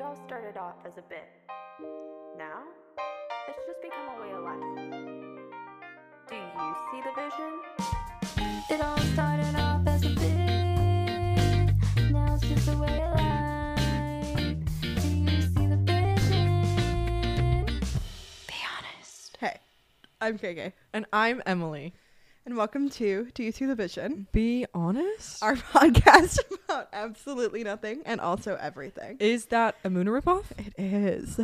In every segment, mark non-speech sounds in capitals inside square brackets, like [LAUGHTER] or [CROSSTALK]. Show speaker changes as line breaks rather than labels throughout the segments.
all started off as a bit. Now, it's just become a way of life. Do you see the vision? It all started off as a bit. Now it's just a way of life. Do you see the vision? Be honest.
Hey, I'm KK,
And I'm Emily.
and welcome to Do You See the Vision?
Be honest?
Our [LAUGHS] podcast about absolutely nothing and also everything.
is that a
[SIGHS]
Moon ripoff?
It is.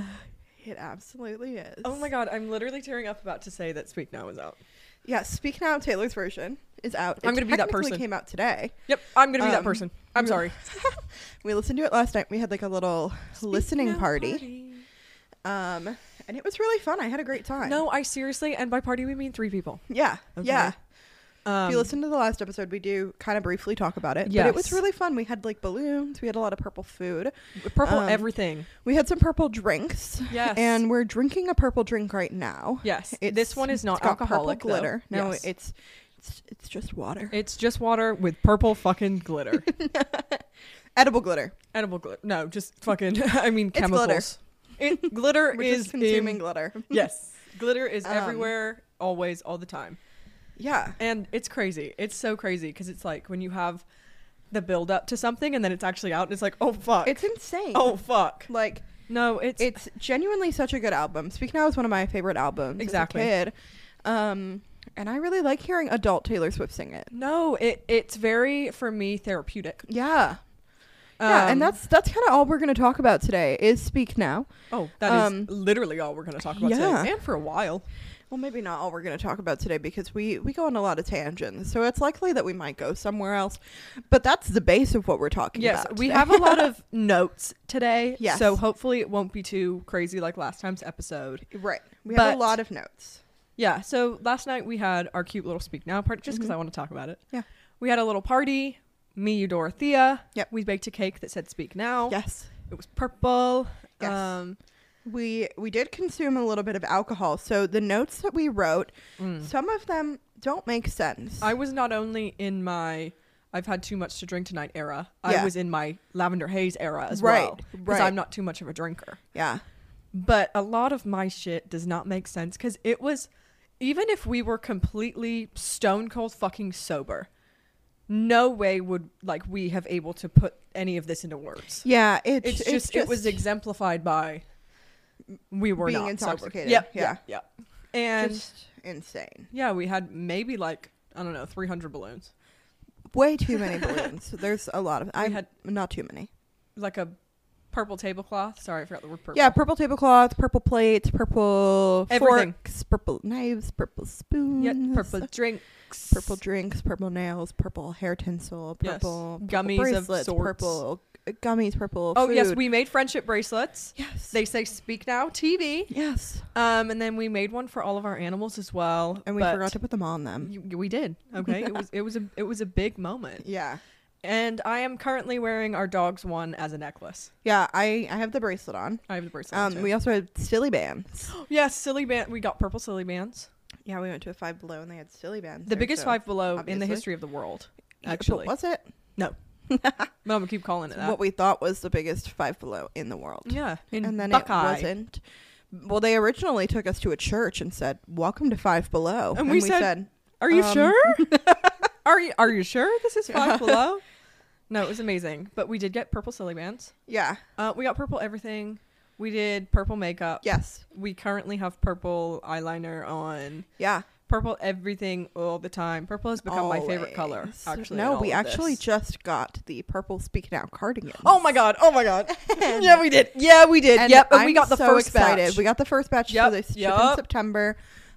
It absolutely is.
Oh my god, I'm literally tearing up about to say that Speak Now is out.
Yeah, Speak Now, Taylor's version is out.
I'm gonna be that
technically
person.
came out today.
Yep, I'm gonna be
Um,
that person. I'm [LAUGHS]
we-
sorry.
[LAUGHS] We listened to it last night. We had like a little listening party. Um, and it was really fun. I had a great time.
No, I seriously, and by party we mean three people.
Yeah.
Okay.
Yeah.
Um,
if you listen to the last episode, we do kind of briefly talk about it. But it was
Yes.
really fun. We had like balloons. We had a lot of purple food.
purple
um,
everything.
We had some purple drinks.
Yes.
And we're drinking a purple drink right now. [SIGHS]
Yes,
It's-
this one is not
it's got
alcoholic.
Purple glitter.
Though.
No,
Yes.
it's, it's it's just water.
it's just water with purple fucking
[LAUGHS]
glitter.
Edible glitter.
Edible glitter. No, just fucking. [LAUGHS] I mean
It's glitter.
chemicals. It, glitter
[LAUGHS] We're
is
just consuming
in-
glitter.
yes, glitter is
Um,
everywhere, always, all the time.
Yeah.
And it's crazy. It's so crazy because it's like when you have the build up to something and then it's actually out. It's like, oh fuck.
It's insane.
oh fuck.
Like
No, it's
it's genuinely such a good album. Speak Now is one of my favorite albums.
Exactly.
As a kid. Um, and I really like hearing adult Taylor Swift sing it.
no, it it's very for me therapeutic.
Yeah. yeah,
Um,
and that's that's kind of all we're going to talk about today is Speak Now.
oh that is
um,
literally all we're gonna talk about
yeah.
today and for a while.
Well, maybe not all we're going to talk about today because we we go on a lot of tangents. So it's likely that we might go somewhere else. But that's the base of what we're talking
Yes,
about.
we
today.
have a lot of notes today.
Yes.
So hopefully it won't be too crazy like last time's episode.
right. We have
but-
a lot of notes.
Yeah. So last night we had our cute little speak now part just because
Mhm.
I want to talk about it.
Yeah.
We had a little party. Me, you, Dorothea.
Yep.
We baked a cake that said "Speak Now."
Yes.
It was purple.
Yes.
Um,
We we did consume a little bit of alcohol. So the notes that we wrote, some of them don't make sense.
Mm. I was not only in my I've had too much to drink tonight era.
Yeah.
I was in my lavender haze era as
Right,
well
right.
I'm not too much of a drinker.
yeah.
But a lot of my shit does not make sense because it was even if we were completely stone cold fucking sober, no way would like we have able to put any of this into words.
Yeah, it's,
It's, just, it was exemplified by we were
Being
not
intoxicated,
Sober. Yep,
yeah.
yep, yep. And
just insane.
yeah, we had maybe like I don't know, 300 balloons.
Way too
[LAUGHS]
many balloons. There's a lot of I had
had-
not too many.
like a purple tablecloth. Sorry, I forgot the word purple.
Yeah, purple tablecloth, purple plates, purple
Everything.
forks, purple knives, purple spoons, [LAUGHS]
Yeah, purple drinks,
purple drinks, purple nails, purple hair tinsel,
Yes.
purple, purple
Gummies of
bracelets,
sorts.
purple gummies, purple.
Oh yes,
food.
we made friendship bracelets.
yes
They say "Speak Now" TV.
yes,
Um, and then we made one for all of our animals as well.
and we
but
forgot to put them on them.
y- We did. Okay,
[LAUGHS]
it was it was a it was a big moment.
Yeah,
And I am currently wearing our dog's one as a necklace.
yeah. I I have the bracelet on.
I have the bracelet. on,
Um,
too.
we also had silly bands. [GASPS]
yes, silly band. We got purple silly bands.
yeah, we went to a five below and they had silly bands.
The
there,
biggest
so-
five below in
obviously.
the history of the world.
Yeah, but
actually.
was it
No, no, I'm gonna keep calling it that.
what we thought was the biggest five below in the world?
yeah, in
and then
Buckeye.
it wasn't. Well, they originally took us to a church and said, "Welcome to Five Below,"
And we said- Are you
Um, [LAUGHS]
sure? are you are you sure this is five below? No, it was amazing. But we did get purple silly bands.
"Yeah,
Uh, we got purple everything. We did purple makeup.
yes,
We currently have purple eyeliner on.
yeah."
Purple everything all the time. Purple has become my favorite color.
Always.
Actually, in
no,
all
we
of
actually
this.
just got the purple Speak Now cardigan.
oh my god! Oh my
[LAUGHS]
god! [LAUGHS] yeah, we did. Yeah, we did.
And
yep, and
I'm
we got the
so
first
excited.
batch.
We got the first batch, so
Yep,
they ship in
yep.
September.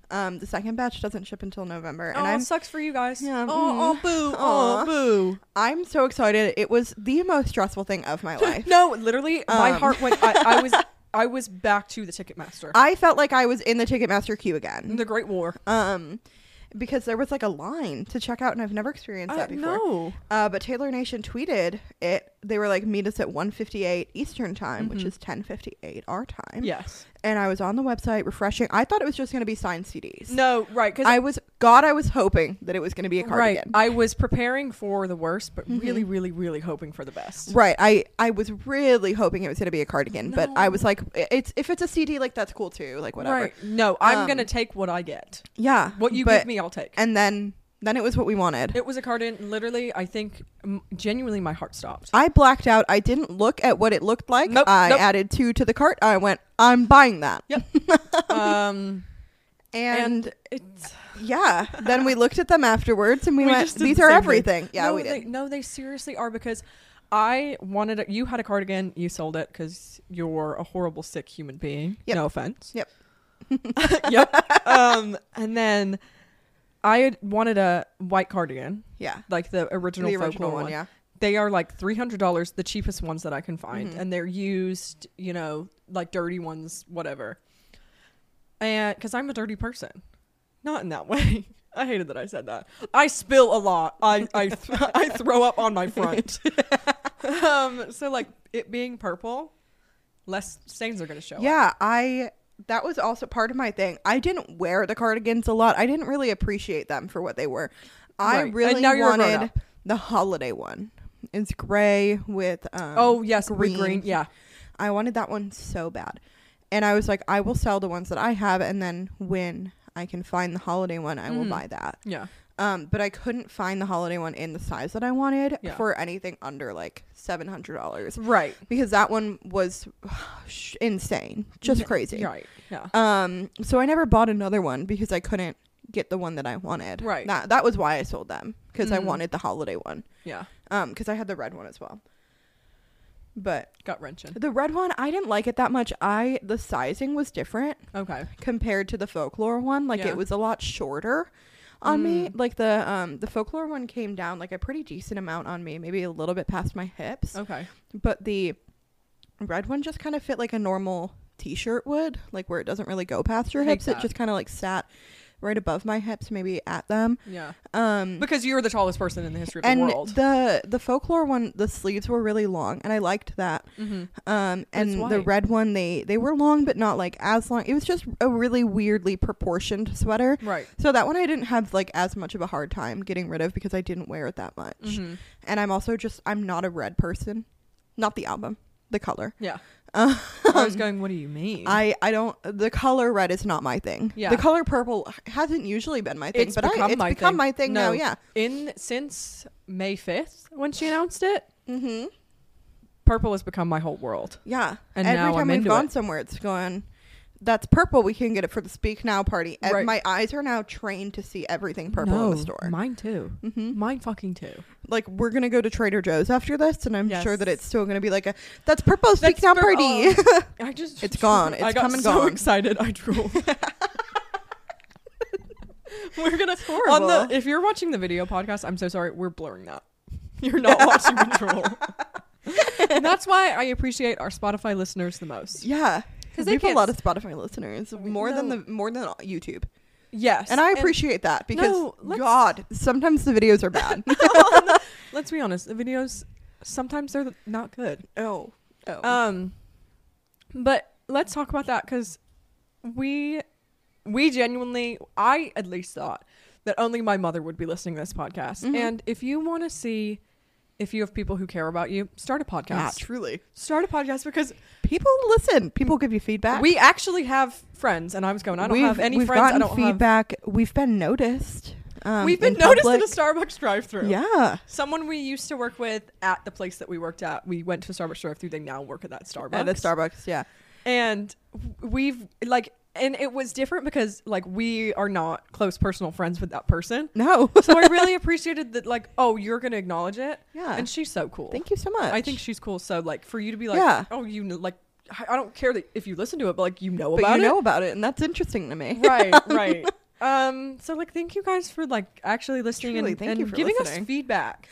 Um, the second batch doesn't ship until November,
oh,
and I'm
sucks for you guys.
Yeah,
oh,
mm,
oh, boo.
aw.
Oh, boo.
I'm so excited. It was the most stressful thing of
[LAUGHS]
my life.
No, literally, my
Um.
heart went. I,
[LAUGHS]
I was, I was back to the Ticketmaster.
I felt like I was in the Ticketmaster queue again.
the Great War.
um because there was like a line to check out and i've never experienced that before
No.
uh, but taylor nation tweeted it they were like meet us at 1:58 Eastern time, which
Mm-hmm.
is 10:58 our time.
Yes.
And I was on the website refreshing. I thought it was just going to be signed CDs.
No, right. Because
I was God, I was hoping that it was going to be a
right,
cardigan.
I was preparing for the worst, but
Mm-hmm.
really, really, really hoping for the best.
Right. I I was really hoping it was going to be a cardigan, but I was like i- it's if it's a CD like that's cool too, like whatever.
Right. No, I'm
Um,
gonna take what I get.
Yeah.
What you
but-
give me, I'll take.
And then then it was what we wanted.
it was a cardigan. Literally, I think m- genuinely, my heart
[LAUGHS]
stopped.
I blacked out. I didn't look at what it looked like.
Nope,
I
nope.
added two to the cart. I went, I'm buying that. [LAUGHS]
Yep. um,
And,
and it's
yeah, then we looked at them afterwards and we, went,
just did
these
the
are
same thing.
everything. Yeah,
no,
we
they,
did.
No, they seriously are because I wanted. A, you had a cardigan. You sold it because you're a horrible sick human being.
Yep.
No offense.
Yep.
[LAUGHS] yep. Um, and then I had wanted a white cardigan,
yeah.
like the original,
The
folklore
original
one.
one, yeah.
They are like three hundred dollars, the cheapest ones that I can find, and they're used. You know, like dirty ones, whatever. And because I'm a dirty person, not in that [LAUGHS] way. I hated that I said that. I spill a lot. I I th- [LAUGHS] I throw up on my front. um, so like it being purple, less stains are gonna show. up.
Yeah, I that was also part of my thing. I didn't wear the cardigans a lot. I didn't really appreciate them for what they were. I
Right. And
really
now you're a grown
wanted
up.
the holiday one. It's gray with um,
Oh yes, green. green. Yeah.
I wanted that one so bad. And I was like, I will sell the ones that I have, and then when I can find the holiday one, I will
Mhm.
buy that.
Yeah.
Um, but I couldn't find the holiday one in the size that I wanted
Yeah.
for anything under like seven hundred dollars
Right.
because that one was [SIGHS] sh- insane, just crazy.
Right. Yeah.
Um, so I never bought another one because I couldn't get the one that I wanted.
Right.
That that was why I sold them because I
Mm.
wanted the holiday one.
Yeah.
Um, because I had the red one as well. But
Gut wrenching.
the red one, I didn't like it that much. I the sizing was different
Okay.
compared to the folklore one. Like
Yeah.
it was a lot shorter on me. Like the um the folklore one came down like a pretty decent amount on me, maybe a little bit past my hips.
Okay.
But the red one just kind of fit like a normal t-shirt would, like where it doesn't really go past your
Hate
hips. It
that.
just kind of like sat right above my hips, maybe at them.
Yeah.
Um
Because you're the tallest person in the history of
and
the world.
the the folklore one, the sleeves were really long, and I liked that.
mm-hmm.
Um,
it's
and the
white.
red one, they they were long, but not like as long. It was just a really weirdly proportioned sweater.
Right.
So that one I didn't have like as much of a hard time getting rid of because I didn't wear it that much.
hmm
And I'm also just I'm not a red person, not the album, the color. [LAUGHS]
[LAUGHS] Yeah.
Um,
I was going. What do you mean?
I I don't the color red is not my thing.
Yeah.
The color purple hasn't usually been my thing,
It's
but I,
become
it's
my
become
thing.
my thing now.
No.
Yeah.
in since May fifth when she announced it,
Mm-hmm.
purple has become my whole world.
Yeah.
And
Every
now
time
I'm
we've
into
gone
it.
somewhere, it's going, that's purple. We can get it for the Speak Now party. And
Right.
my eyes are now trained to see everything purple in the store.
Mine too.
Mhm.
Mine fucking too.
like, we're going to go to Trader Joe's after this, and I'm sure that
Yes.
it's still going to be like a, that's purple Speak
That's
Now
pur-
party.
[LAUGHS]
[LAUGHS]
I just
It's gone.
I
It's
got
come and
so
gone.
excited. I
[LAUGHS]
drooled. we're gonna
horrible.
on the if you're watching the video podcast. I'm so sorry. We're blurring that. [LAUGHS] You're not watching me
[LAUGHS]
drool. and [LAUGHS] that's why I appreciate our Spotify listeners the most.
yeah. we
'Cause they
have a
can't
lot of
s-
Spotify listeners, more than
no.
the more than YouTube,
Yes,
and I appreciate that because
No, let's-
God, sometimes the videos are
[LAUGHS]
bad.
Let's be honest. The videos sometimes they're not good.
oh, oh,
Um, but let's talk about that because we we genuinely, I at least thought that only my mother would be listening to this podcast.
Mhm.
And if you want to see if you have people who care about you, start a podcast.
yeah, truly.
Start a podcast because
People listen. People give you feedback.
Mm. we actually have friends, and I was going. I don't
we've,
have any
we've
friends. I
gotten
don't
feedback. We've been noticed. Um,
have. We've been
in
noticed
public.
at a Starbucks drive-through.
Yeah.
Someone we used to work with at the place that we worked at, we went to a Starbucks drive-through. They now work at that Starbucks.
At a Starbucks, yeah.
and w- we've like and it was different because like we are not close personal friends with that person
No.
so i really appreciated that like oh you're gonna acknowledge it
Yeah.
and she's so
[LAUGHS]
cool
Thank you so much.
i think she's cool so like for you to be like
Yeah.
oh you know like I- i don't care that if you listen to it but like you know
but
about
you
it
know [LAUGHS] about it, and that's interesting to me.
[LAUGHS]
[LAUGHS]
right right um so like thank you guys for like actually listening
Truly,
and,
thank
and
you for
giving
listening.
us feedback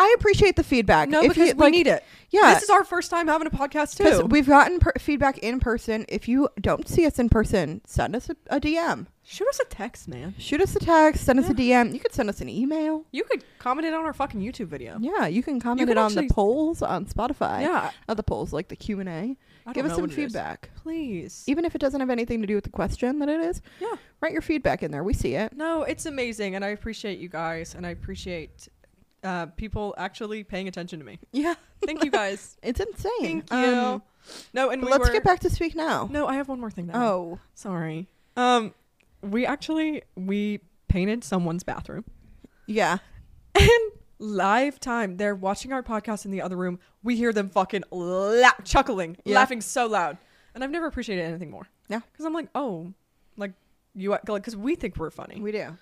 I appreciate the feedback.
no
If
because
you-
we
like,
need it
Yeah.
this is our first time having a podcast
'cause
too
we've gotten per- feedback in person. If you don't see us in person, send us a, a DM.
Shoot us a text, man.
Shoot us a text, send us a DM. You could send us an email.
You could comment it on our fucking YouTube video.
Yeah, you can comment
can
it on
actually-
the polls on Spotify.
Yeah.
Not the polls, like the Q and A.
I
Give
don't
us
know
some
what it is.
feedback,
Please.
even if it doesn't have anything to do with the question that it is.
yeah.
Write your feedback in there. We see it.
No, it's amazing, and I appreciate you guys, and I appreciate uh, people actually paying attention to me.
Yeah,
Thank you guys.
[LAUGHS]
[LAUGHS]
it's insane.
Thank you.
Um,
no, and
but
we
let's
were-
get back to speak now.
No, I have one more thing. Now.
Oh,
sorry. Um, we actually we painted someone's bathroom,
yeah.
and live time they're watching our podcast in the other room. We hear them fucking la- chuckling,
Yeah.
laughing so loud, and I've never appreciated anything more.
Yeah.
because I'm like, oh, like you, like because we think we're funny.
We do.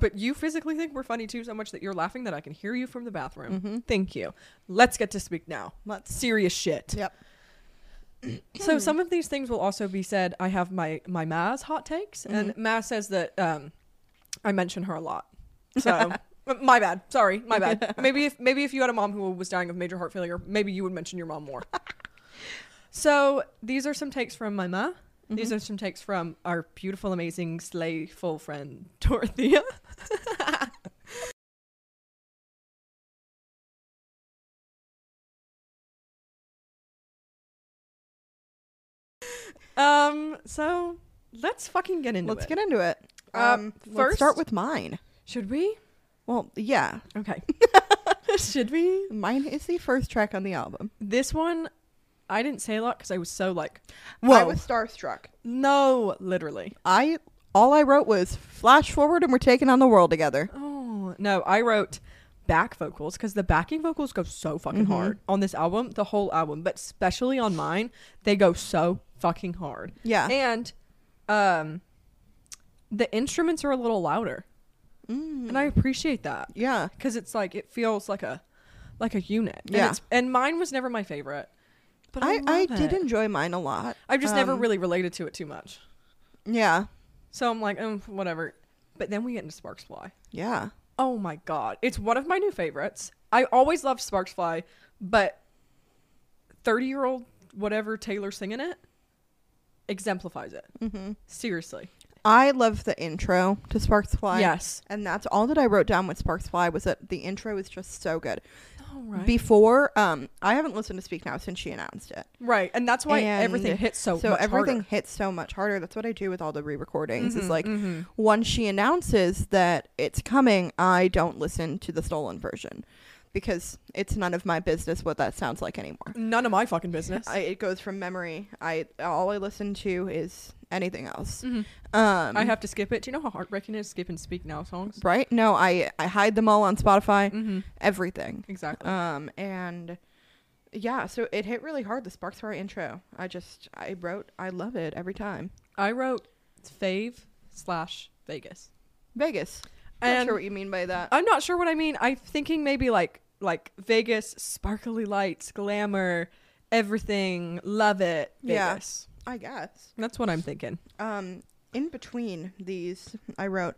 But you physically think we're funny too so much that you're laughing that I can hear you from the bathroom.
Mm-hmm.
Thank you. Let's get to speak now.
Let's.
Serious shit.
Yep.
[CLEARS THROAT] So some of these things will also be said. I have my my Maz hot takes, and Maz says that um, I mention her a lot. So my bad. Sorry, my bad. Maybe if maybe if you had a mom who was dying of major heart failure, maybe you would mention your mom more. [LAUGHS] so these are some takes from my ma.
Mm-hmm.
These are some takes from our beautiful, amazing, slayful friend [LAUGHS] Dorothea. um. So let's fucking get into
Let's
it.
get into it.
Uh,
Um, let's start
first-
with mine.
Should we?
Well, yeah,
Okay. [LAUGHS] Should we?
mine is the first track on the album.
This one, I didn't say a lot because I was so like,
I
whoa,
was starstruck.
no, literally.
I all I wrote was flash forward and we're taking on the world together.
Oh no, I wrote back vocals because the backing vocals go so fucking
Mm-hmm.
hard on this album, the whole album, but especially on mine, they go so fucking hard.
Yeah.
and um, the instruments are a little louder, and I appreciate that.
Mm. yeah.
because it's like it feels like a like a unit. And
Yeah.
it's, and mine was never my favorite, but I
I, I,
love
did
it.
enjoy mine a lot.
I've just never
Um,
really related to it too much.
Yeah.
So I'm like, um, whatever. But then we get into Sparks Fly.
Yeah.
Oh my god, it's one of my new favorites. I always loved Sparks Fly, but thirty year old whatever Taylor singing it exemplifies it. Mm-hmm. Seriously,
I love the intro to Sparks Fly.
yes.
And that's all that I wrote down with Sparks Fly was that the intro is just so good. Oh,
All right,
Before, um, I haven't listened to Speak Now since she announced it.
right, and that's why
And
everything hits so.
so
Oh, much
everything
harder. Mm-hmm,
hits so much harder. That's what I do with all the re-recordings. Is like once she announces that it's coming, I don't listen to the stolen version because it's none of my business what that sounds like anymore.
None of my fucking business.
I, it goes from memory. I all I listen to is anything else.
Mhm.
Um,
I have to skip it. Do you know how heartbreaking it is skipping Speak Now songs?
right? No, I I hide them all on Spotify.
Mm-hmm.
Everything.
Exactly.
Um and yeah, so it hit really hard the Sparks Fire intro. I just I wrote I love it every time.
I wrote fave slash Vegas.
Vegas. Not
And
sure what you mean by that.
I'm not sure what I mean. I'm thinking maybe like like Vegas, sparkly lights, glamour, everything, love it.
Yeah.
Vegas.
I guess.
That's what I'm thinking.
Um, in between these, I wrote,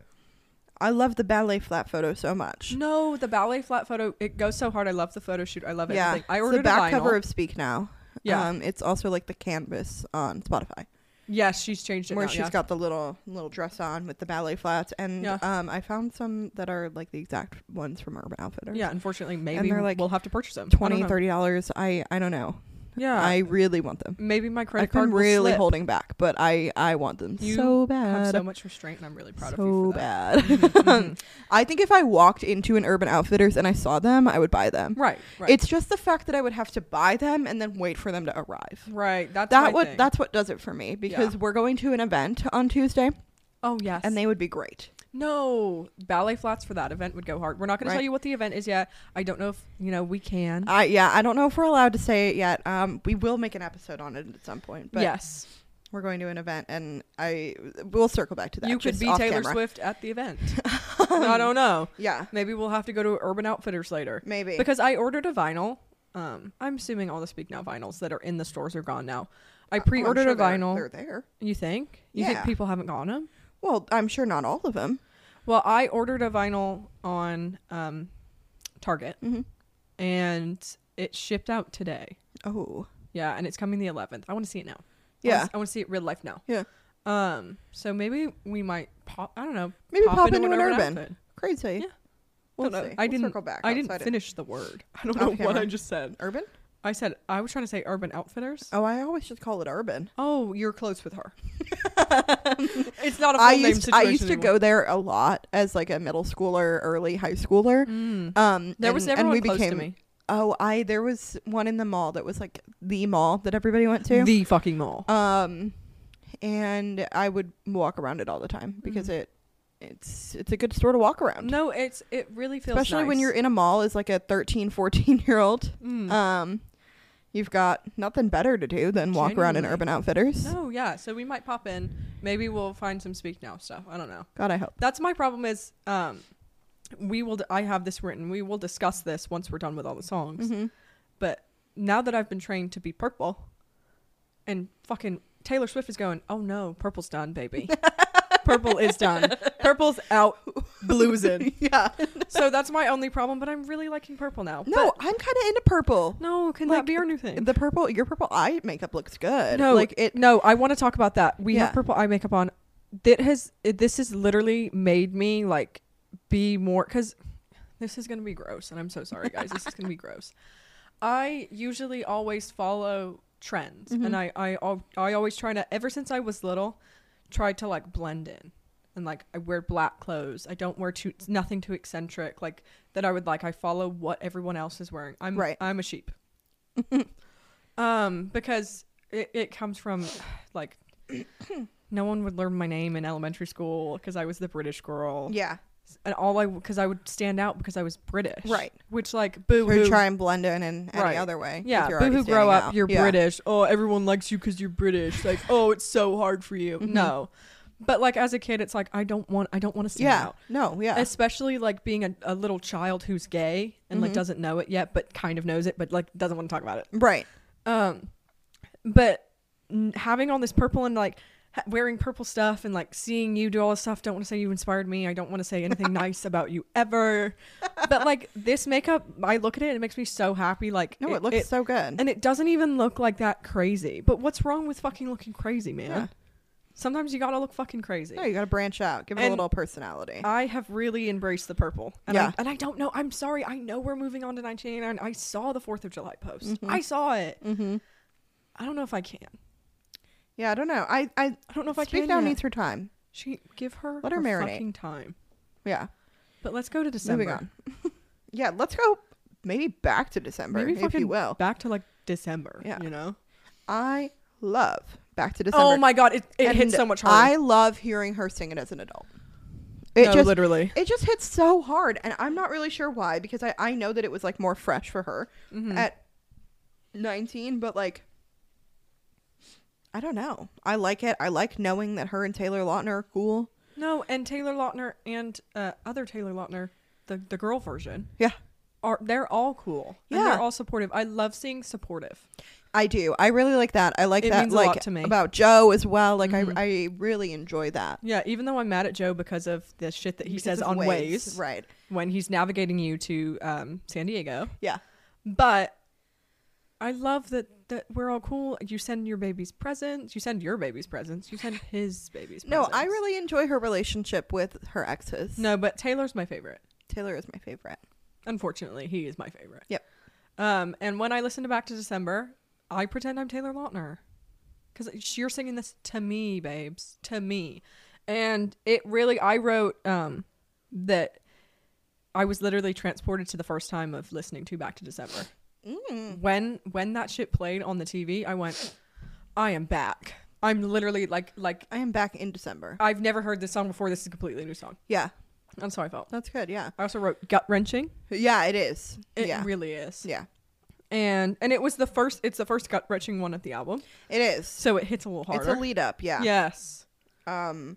I love the ballet flat photo so much.
No, the ballet flat photo. It goes so hard. I love the photo shoot. I love it.
yeah,
Like, I
It's
ordered
the back
a vinyl.
cover of Speak Now.
Yeah.
um, it's also like the canvas on Spotify
yes, she's changed it.
where
now,
she's
yeah.
got the little little dress on with the ballet flats, and
Yeah.
um, I found some that are like the exact ones from Urban Outfitters.
Yeah, unfortunately, maybe
they're, like,
we'll have to purchase them. I don't
20
know.
30 dollars. I I don't know.
Yeah,
I really want them.
maybe my credit
I've been
card will
really
slip.
holding back, but I I want them
You
so bad.
have so much restraint, and I'm really proud
so
of you for that. Mm-hmm,
bad. [LAUGHS] I think if I walked into an Urban Outfitters and I saw them, I would buy them.
Right, right.
It's just the fact that I would have to buy them and then wait for them to arrive.
right. That's
That
my
would
thing.
that's what does it for me because we're going to an event on Tuesday
oh yes.
and they would be great.
no ballet flats for that event would go hard. We're not going to
Right.
tell you what the event is yet. I don't know if you know we can.
I yeah, I don't know if we're allowed to say it yet. Um, we will make an episode on it at some point, but
yes,
we're going to an event and I we'll circle back to that.
you could
just
be
off
Taylor
camera.
Swift at
[LAUGHS]
the event. [LAUGHS] I don't know.
Yeah,
Maybe we'll have to go to Urban Outfitters later
maybe
because I ordered a vinyl. Um, I'm assuming all the Speak Now vinyls that are in the stores are gone now.
Well, Uh,
I
I'm
pre-ordered
sure
a
they're-
vinyl.
They're there.
you think? You think
Yeah.
people haven't gotten them?
Well, I'm sure not all of them.
Well, I ordered a vinyl on um, Target,
Mhm.
and it shipped out today.
Oh,
Yeah, and it's coming the 11th. I want to see it now. I wanna
Yeah.
s- I want to see it real life now.
Yeah.
Um, so maybe we might pop. I don't know.
Maybe pop
in
into an urban.
outfit.
Crazy.
Yeah.
We'll
Don't know.
see.
I
We'll
didn't
circle back
I didn't
outside it.
finish the word. I [LAUGHS] don't
Off
know what
camera.
I just said.
Urban?
I said I was trying to say urban outfitters.
Oh, I always just call it urban.
Oh, you're close
[LAUGHS]
with her. it's not a full
I
name
used, I
situation
used to
anymore.
go there a lot as like a middle schooler, early high schooler.
Mm.
Um,
There was
and-
never
and
one
we
close
became,
to me.
Oh, I there was one in the mall that was like the mall that everybody went to.
The fucking mall.
um, and I would walk around it all the time because
Mm-hmm.
it it's it's a good store to walk around.
no, it's it really feels
especially when you're in a mall as like a 13, 14 year old.
Mm.
Um, you've got nothing better to do than walk around in
Genuinely.
Urban Outfitters.
no, yeah. So we might pop in. Maybe we'll find some speak now stuff. I don't know.
God, I hope.
That's my problem. Is um, we will. I have this written. We will discuss this once we're done with all the songs.
Mm-hmm.
But now that I've been trained to be purple, and fucking Taylor Swift is going, oh no, purple's done, baby. Purple is done. Purple's out. Blue's in.
[LAUGHS] Yeah.
[LAUGHS] So that's my only problem. But I'm really liking purple now.
No,
But-
I'm kind of into purple.
no. Can
like,
that be our new thing?
The purple, your purple eye makeup looks good.
No,
like it.
No, I want to talk about that. We
Yeah.
have purple eye makeup on. That has it, this has literally made me like be more because this is gonna be gross, and I'm so sorry, guys. this
[LAUGHS]
is gonna be gross. I usually always follow trends,
Mm-hmm.
and I I al- I always try to ever since I was little, tried to like blend in. And like I wear black clothes. I don't wear too nothing too eccentric. Like that I would like. I follow what everyone else is wearing. I'm
Right.
I'm
[LAUGHS]
a sheep. um, because it, it comes from [SIGHS] like no one would learn my name in elementary school because I was the British girl.
Yeah.
And all I because I would stand out because I was British.
Right.
Which like boo
Or
hoo.
try and blend in in any
Right.
other way. 'cause
yeah,
you're
boo
already
hoo. Grow
standing
up.
out.
You're
Yeah.
British. Oh, everyone likes you because
[LAUGHS]
you're British. Like oh, it's so hard for you.
Mm-hmm.
No. But like as a kid, it's like I don't want I don't want to stand
Yeah.
out
No. Yeah.
especially like being a, a little child who's gay and
Mm-hmm.
like doesn't know it yet but kind of knows it but like doesn't want to talk about it
right.
um but n- having all this purple and like ha- wearing purple stuff and like seeing you do all this stuff don't want to say you inspired me i don't want to
[LAUGHS]
say anything nice about you ever but like this makeup i look at it and it makes me so happy like
No, it, looks so good.
and it doesn't even look like that crazy but what's wrong with fucking looking crazy man
Yeah.
sometimes you gotta look fucking crazy
No, you got to branch out. Give it a
And-
little personality.
I have really embraced the purple. And
Yeah.
I, and I don't know. I'm sorry. I know we're moving on to 1989. I saw the 4th of July post. I saw it.
mm-hmm.
I don't know if I can.
Yeah. I don't know. I. I.
I don't know if I
Speak
can.
now
yet.
needs her time.
She give her
Let her marinate.
fucking time.
Yeah.
But let's go to December.
Moving on. yeah. Let's go. Maybe back to December,
Maybe
if
fucking
you will.
back to like December.
Yeah.
You know.
I love back to December.
Oh my god! It it
And
hits so much
I
harder.
love hearing her sing it as an adult. It
no,
just
literally.
it just hits so hard, and I'm not really sure why because I I know that it was like more fresh for her
Mm-hmm.
at 19, but like I don't know. I like it. I like knowing that her and Taylor Lautner are cool.
No, and Taylor Lautner and uh, other Taylor Lautner, the the girl version,
Yeah,
are they're all cool.
Yeah.
And they're all supportive. I love seeing supportive.
I do. I really like that. I like
It
that.
means a
like
lot to me. Mm-hmm.
about Joe as well. Like I I really enjoy that.
Yeah, even though I'm mad at Joe because of the shit that he
Because
says
of
on Waze,
right?
when he's navigating you to um, San Diego,
Yeah,
but I love that that we're all cool. You send your baby's presents. You send your baby's presents. You send his baby's.
no,
presents.
I really enjoy her relationship with her exes.
no, but Taylor's my favorite.
Taylor is my favorite.
Unfortunately, he is my favorite.
Yep.
Um, and when I listen to Back to December, I pretend I'm Taylor Lautner because you're singing this to me, babes, to me. And it really, I wrote um, that I was literally transported to the first time of listening to Back to December.
Mm.
When when that shit played on the TV, I went, I am back. I'm literally like like
I am back in December.
I've never heard this song before. This is a completely new song.
Yeah,
That's how I felt.
that's good. Yeah,
I also wrote gut wrenching.
yeah, it is.
It
yeah,
really is.
yeah,
and and it was the first it's the first gut wrenching one of the album
it is.
so it hits a little harder
It's a lead up. Yeah.
yes
Um.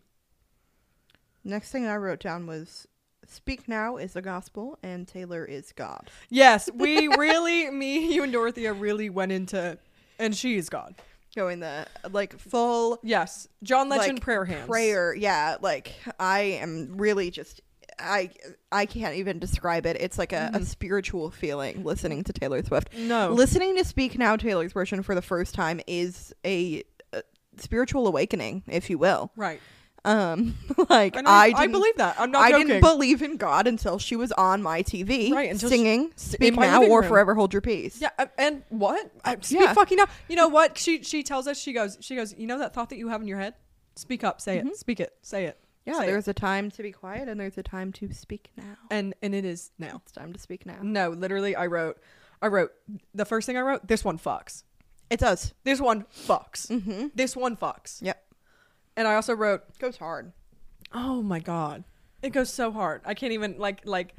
Next thing I wrote down was, "Speak now is the gospel, and Taylor is God."
yes we really [LAUGHS] me you and dorothea really went into and she is god
Going the like full
yes john legend
like,
prayer hands
prayer. Yeah, like I am really just. I I can't even describe it. It's like a, a spiritual feeling listening to Taylor Swift.
Mm-hmm. no
Listening to Speak Now Taylor's version for the first time is a, a spiritual awakening, if you will.
Right.
Um, [LAUGHS] like
And
I,
I, I,
didn't,
believe that. I'm not
I
joking.
didn't believe in God until she was on my TV
Right, until she-
singing "Speak
in my
Now
living
or
room.
Forever Hold Your Peace."
Yeah, uh, and what? I, speak
yeah.
fucking up. You know what? She she tells us. She goes. She goes. You know that thought that you have in your head? Speak up. Say it. Speak it. Say it.
Mm-hmm. Yeah,
say it."
there's a time to be quiet and there's a time to speak now.
And and it is now.
It's time to speak now.
No, literally, I wrote. I wrote the first thing I wrote. This one fucks.
It does.
This one fucks. Mm-hmm. This one fucks.
Yep.
And I also wrote.
Goes hard.
Oh my god, it goes so hard. I can't even like like.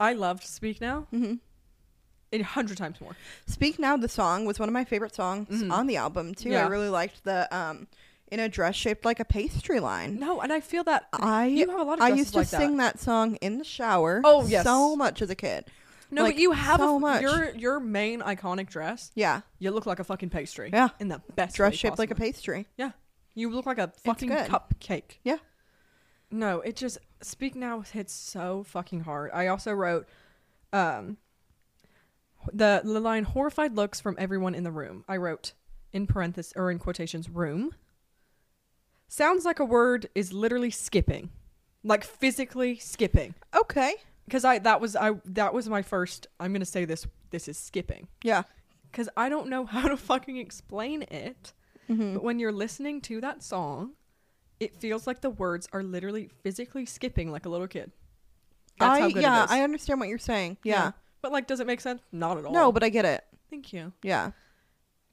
I loved Speak Now. Mm-hmm. A hundred times more.
Speak Now, the song was one of my favorite songs on the album too.
Mm. Yeah.
I really liked the um, in a dress shaped like a pastry line.
No, and I feel that
I
you have a lot of
I
dresses
used to
like that.
sing that song in the shower.
Oh, yes.
so much as a kid.
No,
Like,
but you have
so
a,
much.
your your main iconic dress.
yeah,
You look like a fucking pastry.
Yeah.
In the best
dress
way
shaped like a
possible.
pastry.
Yeah. You look like a fucking
good.
cupcake.
Yeah,
No, it just Speak Now hits so fucking hard. I also wrote um the, the line horrified looks from everyone in the room. I wrote in parenthesis or in quotations room. Sounds like a word is literally skipping. Like physically skipping.
okay,
Cuz I that was I that was my first I'm going to say this this is skipping
yeah,
because I don't know [LAUGHS] how to fucking explain it.
Mm-hmm.
But when you're listening to that song, it feels like the words are literally physically skipping like a little kid. That's
I
how good
yeah,
it is.
I understand what you're saying. Yeah,
But like, does it make sense? Not at all.
no, but I get it.
thank you.
Yeah,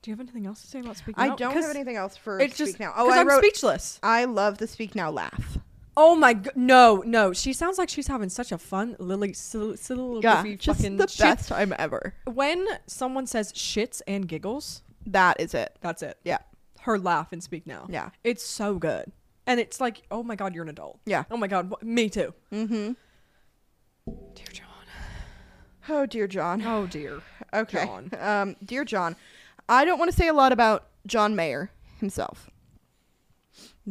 Do you have anything else to say about speaking?
I
Out?
don't
'Cause
have anything else for
It's
Speak
just
Now. Oh,
'cause
I
I'm
wrote.
speechless.
I love the Speak Now laugh.
Oh my god! No, no. She sounds like she's having such a fun, lily, silly, silly
Yeah,
goofy
just
fucking
the
shit.
best time ever.
When someone says shits and giggles,
That is it.
that's it.
Yeah,
her laugh and speak now.
Yeah.
It's so good. And it's like, oh my God, you're an adult.
Yeah.
Oh my God, wh- me too.
Mm-hmm.
Dear John.
Oh dear John.
Oh dear.
Okay.
John.
[LAUGHS] Um, dear John, I don't want to say a lot about John Mayer himself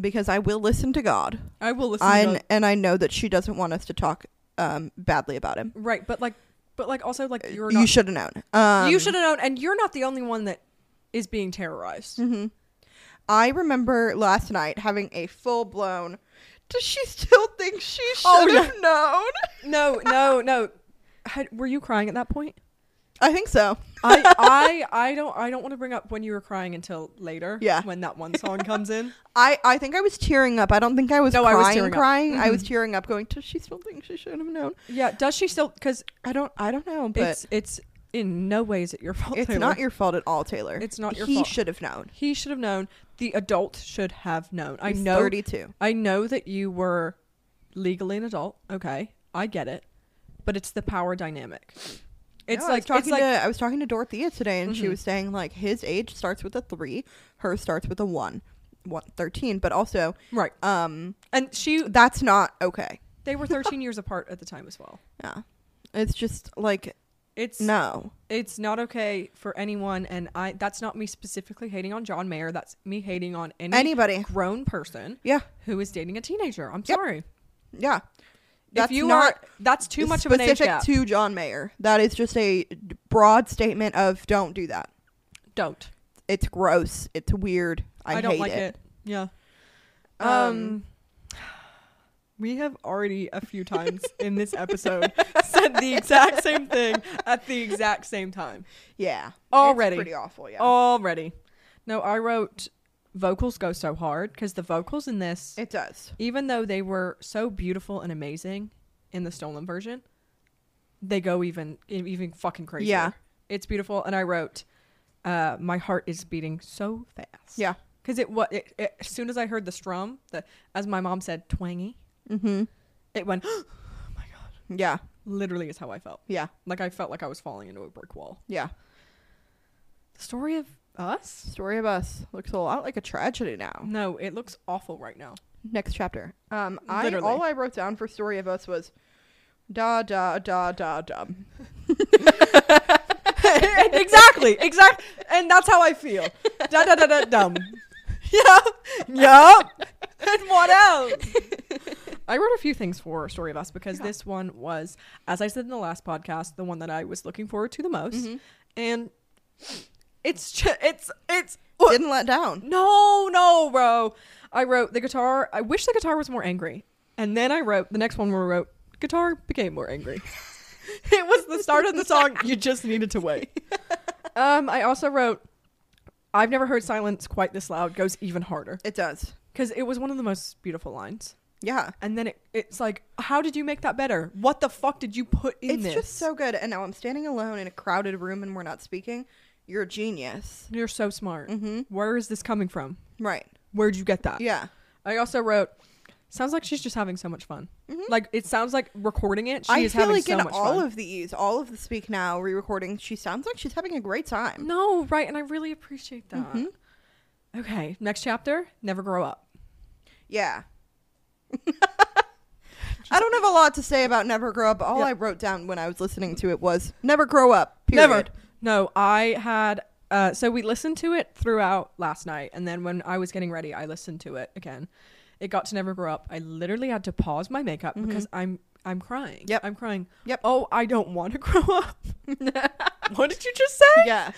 because I will listen to God,
I will listen
I,
to
and I know that she doesn't want us to talk um, badly about him.
Right, but like, but like also like you're not.
You should have known. Um,
you should have known, and you're not the only one that is being terrorized.
I remember last night having a full blown. Does she still think she
Oh,
should have known?
[LAUGHS] No, no, no. Had, were you crying at that point?
I think so.
I, I, [LAUGHS] I don't, I don't want to bring up when you were crying until later.
Yeah.
When that one song comes in.
I, I think I was tearing up. I don't think I was
No, I
crying.
was tearing up. Mm-hmm.
crying. I was tearing up, going, "Does she still think she should have known?"
[LAUGHS] Yeah. Does she still? Because
I don't. I don't know, but
it's, it's in no way is it your fault.
It's
Taylor.
not your fault at all, Taylor.
It's not your
he
fault.
He should have known.
He should have known. The adult should have known. I
He's
know.
32.
I know that you were legally an adult. Okay, I get it, but it's the power dynamic. It's
No, I was
like
talking
it's like Mm-hmm.
to I was talking to Dorothea today, and she was saying like his age starts with a three, hers starts with a one, one thirteen. But also,
right.
um,
And she,
that's not okay.
they were thirteen years apart at the time as well.
Yeah, it's just like
It's
no.
it's not okay for anyone, and I. That's not me specifically hating on John Mayer. That's me hating on any
Anybody.
grown person
Yeah,
who is dating a teenager. I'm
Yep.
sorry.
yeah. That's
if you
not
are, that's too much of an age
specific
gap.
to John Mayer. That is just a broad statement of don't do that.
Don't.
It's gross. It's weird. I,
don't
hate
like
it.
Yeah. Um, [SIGHS]
Um,
we have already
[LAUGHS]
a few times in this episode said the exact same thing at the exact same time.
Yeah, It's
Already.
pretty awful. Yeah,
Already. No, I wrote vocals go so hard because the vocals in this,
it does.
even though they were so beautiful and amazing in the stolen version, they go even e, even fucking crazy.
Yeah.
It's beautiful and I wrote uh my heart is beating so fast
Yeah.
because it what it, it, as soon as I heard the strum, the as my mom said, twangy,
Mm-hmm.
it went. [GASPS] Oh my god!
Yeah.
Literally is how I felt.
Yeah.
Like I felt like I was falling into a brick wall.
Yeah.
The story of us?
Story of Us looks a lot like a tragedy now.
No, it looks awful
[LAUGHS]
right now. [LAUGHS]
Next chapter. Um, I
Literally.
all I wrote down for Story of Us was da da da da dum.
exactly, exactly, and that's how I feel. Da da da da dum. [LAUGHS]
[LAUGHS]
Yup, yup. And what else? [LAUGHS] I wrote a few things for Story of Us because
Yeah.
this one was, as I said in the last podcast, Mm-hmm. the one that I was looking forward to the most, and it's ju- it's it's
Didn't let down.
No, no, bro. I wrote the guitar. I wish the guitar was more angry. And then I wrote the next one where I wrote guitar became more angry. [LAUGHS] it was the start of the song. You just needed to wait. [LAUGHS] Um, I also wrote I've never heard silence quite this loud goes even harder
It does.
because it was one of the most beautiful lines.
Yeah.
And then it, it's like, how did you make that better? What the fuck did you put in
It's
this?
just so good. And now I'm standing alone in a crowded room and we're not speaking. You're a genius.
You're so smart.
Mhm.
Where is this coming from?
Right.
Where'd you get that?
Yeah.
I also wrote, sounds like she's just having so much fun.
Mhm.
Like it sounds like recording it. She
I
is
feel
having
like
so
in
much
all
fun.
of these, all of the Speak Now re recording, she sounds like she's having a great time.
no, right, and I really appreciate that.
Mhm.
Okay, next chapter. Never grow up.
Yeah. [LAUGHS] I don't have a lot to say about Never Grow Up. All
Yeah.
I wrote down when I was listening to it was Never Grow Up. Period.
Never. No, I had. Uh, so we listened to it throughout last night, and then when I was getting ready, I listened to it again. It got to never grow up. I literally had to pause my makeup because I'm I'm crying.
Mm-hmm. Yep.
I'm crying.
Yep.
Oh, I don't want to [LAUGHS] grow
[LAUGHS]
up. what did you just say?
Yeah.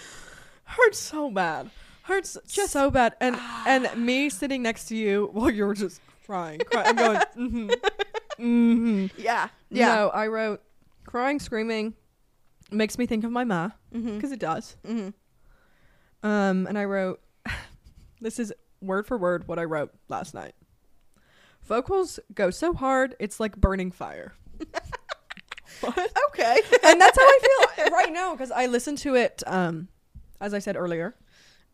hurts so bad. Hurts just so bad. And
ah.
and me sitting next to you while you were just crying, crying,
[LAUGHS]
I'm going. Mm-hmm, mm-hmm.
Yeah. Yeah.
No, I wrote crying, screaming makes me think of my ma
Mm-hmm.
because it does.
Mm-hmm.
[LAUGHS] Um, and I wrote, [LAUGHS] this is word for word what I wrote last night. Vocals go so hard, it's like burning fire. what?
Okay.
And that's how I
[LAUGHS]
feel right now because I listened to it, um, as I said earlier,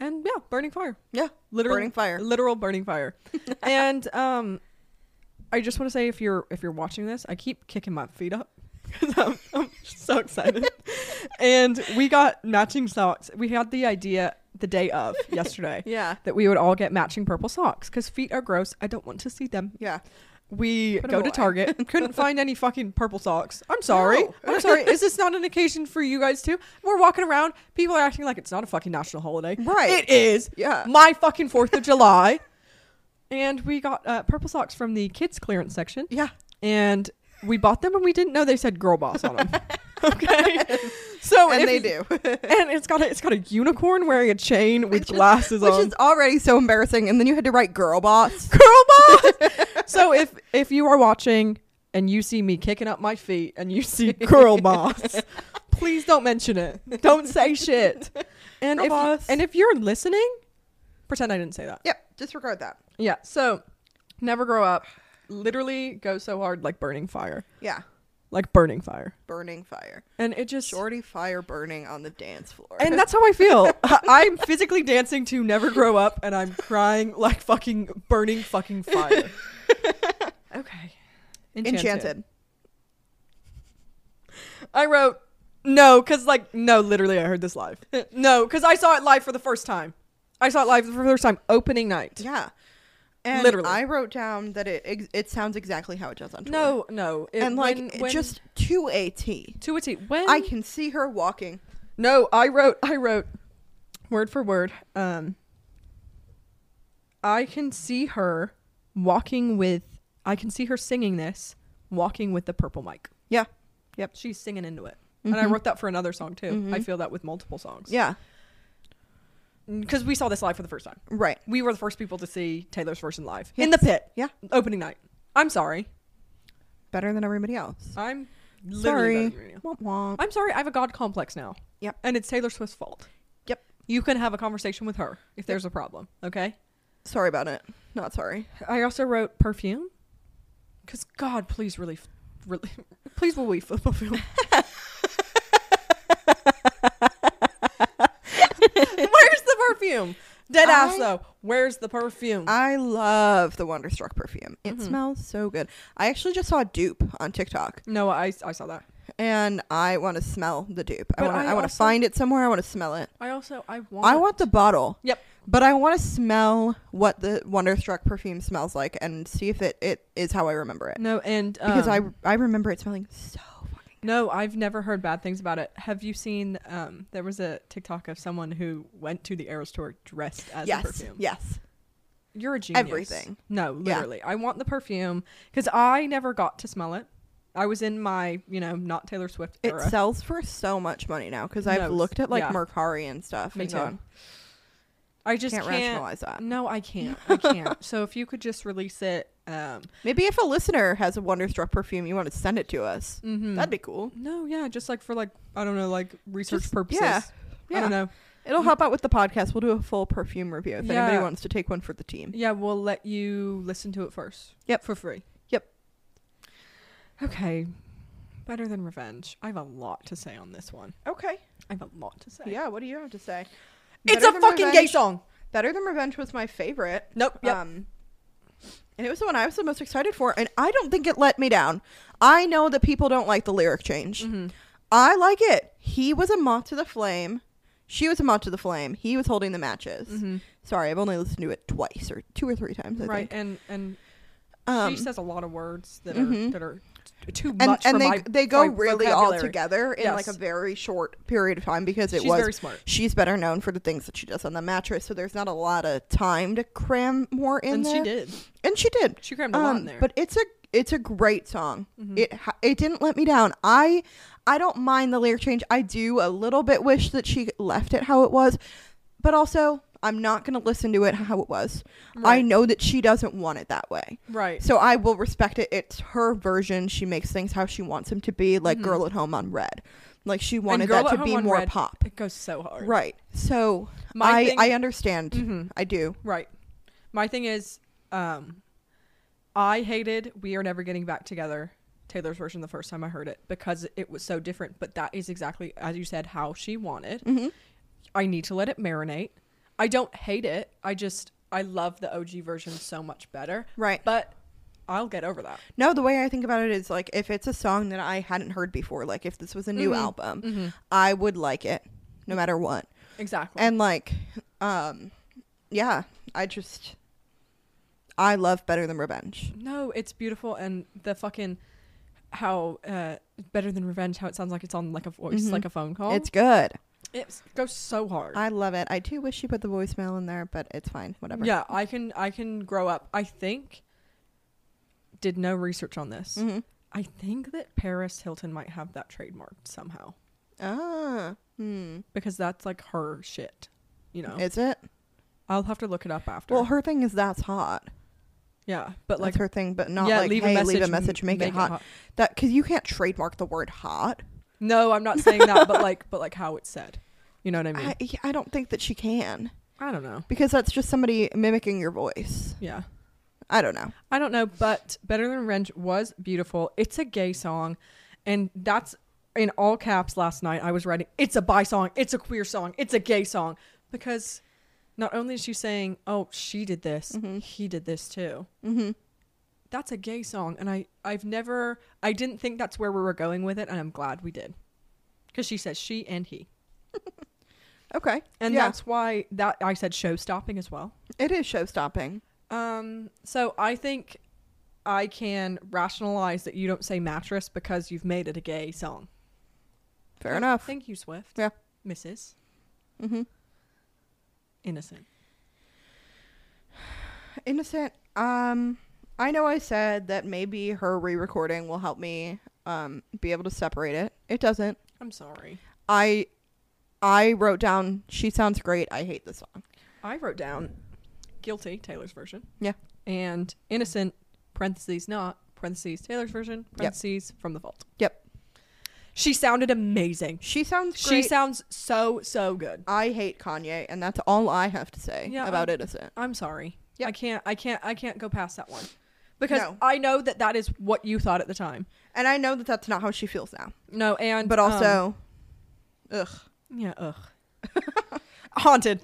and [LAUGHS] yeah, burning fire,
yeah.
literal
Burning fire.
literal
[LAUGHS]
burning fire. and um, I just want to say if you're if you're watching this, I keep kicking my feet up because I'm, I'm so excited.
[LAUGHS]
and we got matching socks. We had the idea the
[LAUGHS]
day of yesterday
Yeah.
that we would all get matching purple socks because feet are gross. I don't want to see them.
Yeah.
We
Put 'em
go to
away.
Target, [LAUGHS] couldn't find any fucking purple socks. I'm sorry.
No.
I'm sorry. Is this not an occasion for you guys too? We're walking around, people are acting like it's not a fucking national holiday.
Right.
It is.
Yeah.
My fucking 4th of July. And we got uh, purple socks from the kids clearance section.
Yeah.
And we bought them and we didn't know they said girl boss on [LAUGHS] them. okay. So
Oh, And
if-
they do. [LAUGHS]
And it's got a, it's got a unicorn wearing a chain with
Which is-
glasses
Which
on.
is already so embarrassing. And then you had to write girl boss.
[LAUGHS] girl boss. so if if you are watching and you see me kicking up my feet and you see girl boss, please don't mention it. Don't say shit. And
Girl
if
boss.
and if you're listening, pretend I didn't say that.
yep. Disregard that.
Yeah. So never grow up. Literally go so hard like burning fire,
Yeah.
like burning fire,
Burning fire.
and it just.
Shorty fire burning on the dance floor.
And that's how I feel. [LAUGHS] I- I'm physically dancing to never grow up, and I'm crying like fucking burning fucking fire. okay.
[LAUGHS] enchanted.
I wrote no, cause like no, literally, I heard this live. [LAUGHS] no, cause I saw it live for the first time. I saw it live for the first time, opening night.
Yeah. And
Literally.
I wrote down that it ex- it sounds exactly how it does on tour.
No, no, it-
and like
when-
it
when-
just to a T.
to a T. When
I can see her walking.
no, I wrote, I wrote word for word. Um, I can see her walking with. I can see her singing this, walking with the purple mic.
Yeah.
She's singing into it, and I wrote that for another song too. I
Mhm.
feel that with multiple songs.
Mm-hmm. Yeah.
because we saw this live for the first time.
Right.
we were the first people to see Taylor's version live in
Yes.
the pit.
Yeah.
Opening night. I'm sorry.
Better than everybody else.
I'm
Sorry.
literally. Sorry.
Womp womp.
I'm sorry. I have a god complex now.
Yep.
And it's Taylor Swift's fault.
Yep.
You can have a conversation with her if there's a problem. Okay.
Sorry about it. Not sorry. [LAUGHS]
I also wrote perfume. Cause God, please really, really, [LAUGHS] please will we flip
[LAUGHS]
a film? [LAUGHS] Where's the perfume? Dead ass
I-
though. Where's the perfume?
I love the Wonderstruck perfume. It
Mhm.
smells so good. I actually just saw a dupe on TikTok,
no, I I saw that.
and I want to smell the dupe. I
But
want
I
I, want to
also-
find it somewhere. I want to smell it.
I also I want.
I want the bottle.
Yep.
But I want to smell what the Wonderstruck perfume smells like and see if it, it is how I remember it.
No, and um,
Because I I remember it smelling so fucking
no, I've never heard bad things about it. Have you seen? Um, there was a TikTok of someone who went to the Eras tour dressed as
Yes.
a perfume.
Yes.
You're a genius.
Everything.
No, literally, I want the perfume because I never got to smell it. I was in my, you know, not Taylor Swift
It
era.
sells for so much money now because I've
No,
looked at like
yeah.
Mercari and stuff.
Me
and
too.
gone,
I just
Can't
can't,
rationalize that.
No, I can't. I can't. so if you could just release it, um,
Maybe if a listener has a Wonderstruck perfume, you want to send it to us.
mhm.
That'd be cool.
no, yeah, just like for like I don't know, like research
Just-
purposes.
yeah,
I
yeah.
don't know.
It'll help out with the podcast. We'll do a full perfume review if anybody
Yeah.
wants to take one for the team.
Yeah, we'll let you listen to it first.
Yep.
for free.
Yep.
Okay. Better than revenge. I have a lot to say on this one.
Okay.
I have a lot to say.
Yeah. What do you have to say?
It's
Better
a
Than
fucking gay
Revenge-
song.
Better than Revenge was my favorite.
Nope. Yep.
Um, and it was the one I was the most excited for, and I don't think it let me down. I know that people don't like the lyric change. I like it. He was a moth to the flame. She was a moth to the flame. He was holding the matches. Sorry, I've only listened to it twice or two or three times. I
right.
Think.
And and
Um,
she says a lot of words that
mhm.
are that are t- too
and
much. for
and they
my,
they go
my
really all
vocabulary.
together in like a
Yes.
very short period of time because it
She's
was
very smart.
she's better known for the things that she does on the mattress. So there's not a lot of time to cram more in
and
there.
she did.
and she did. Um,
She crammed a lot in there. Mm-hmm.
But it's a it's a great song. It ha It didn't let me down. I I don't mind the lyric change. I do a little bit wish that she left it how it was, but also I'm not going to listen to it how it was. I
Right.
know that she doesn't want it that way.
Right.
So I will respect it. It's her version. She makes things how she wants them to be, like Girl at Home on Red. Like she wanted
Mm-hmm. Girl
that
at
to be
Home on
more
Red-
pop.
It goes so hard.
Right. So
My
I
thing-
I understand.
Mhm.
I do.
Right. My thing is, um, I hated "We Are Never Getting Back Together" Taylor's version the first time I heard it because it was so different. But that is exactly as you said how she wanted.
Mhm.
I need to let it marinate. I don't hate it. I just I love the OG version so much better.
Right.
But I'll get over that.
No, the way I think about it is like if it's a song that I hadn't heard before, like if this was a
Mm-hmm.
new album, I would like it no matter what.
Exactly.
And like um yeah, I just I love Better Than Revenge.
No, it's beautiful and the fucking how uh better than revenge how it sounds like it's on like a voice
Mhm.
like a phone call
It's good.
it goes so hard
I love it. I do wish she put the voicemail in there, but it's fine. Whatever.
yeah i can i can grow up i think did no research on this
Mhm.
i think that paris hilton might have that trademarked somehow
Ah. Hmm.
because that's like her shit you know
Is it?
i'll have to look it up after
Well, her thing is that's hot.
yeah but like
that's her thing, but not
yeah
like
leave,
hey,
a message,
leave a
m-
message, make, it, hot. That because you can't trademark the word hot.
no i'm not saying that but like but like how it's said you know what i mean
[LAUGHS] I, I don't think that she can.
i don't know
because that's just somebody mimicking your voice.
yeah
I don't know.
I don't know, but Better Than Revenge was beautiful. It's a gay song, and that's in all caps last night. I was writing, it's a bi song, it's a queer song, it's a gay song. Because not only is she saying, oh, she did this, he did this too.
Mm-hmm.
That's a gay song, and I, I've never, I didn't think that's where we were going with it, and I'm glad we did. Because she says she and he.
Okay,
And
Yeah.
that's why that I said show stopping as well.
it is show stopping.
Um, so I think I can rationalize that you don't say mattress because you've made it a gay song.
Fair
Thank-
enough.
Thank you, Swift.
Yeah.
Mrs.
mm-hmm.
Innocent.
Innocent. Um, I know I said that maybe her re-recording will help me um be able to separate it. It doesn't.
I'm sorry.
I I wrote down. She sounds great. I hate this song.
I wrote down guilty, Taylor's version.
Yeah.
And innocent, parentheses not, parentheses Taylor's version, parentheses from the vault.
Yep.
She sounded amazing.
She sounds
She
great.
sounds so, so good.
I hate Kanye, and that's all I have to say
Yeah,
about
I-
Innocent.
I'm sorry.
Yeah.
I can't I can't I can't go past that one. Because
No.
I know that that is what you thought at the time.
And I know that that's not how she feels now.
No, and
But
um,
also, ugh.
yeah,
[LAUGHS]
ugh, haunted.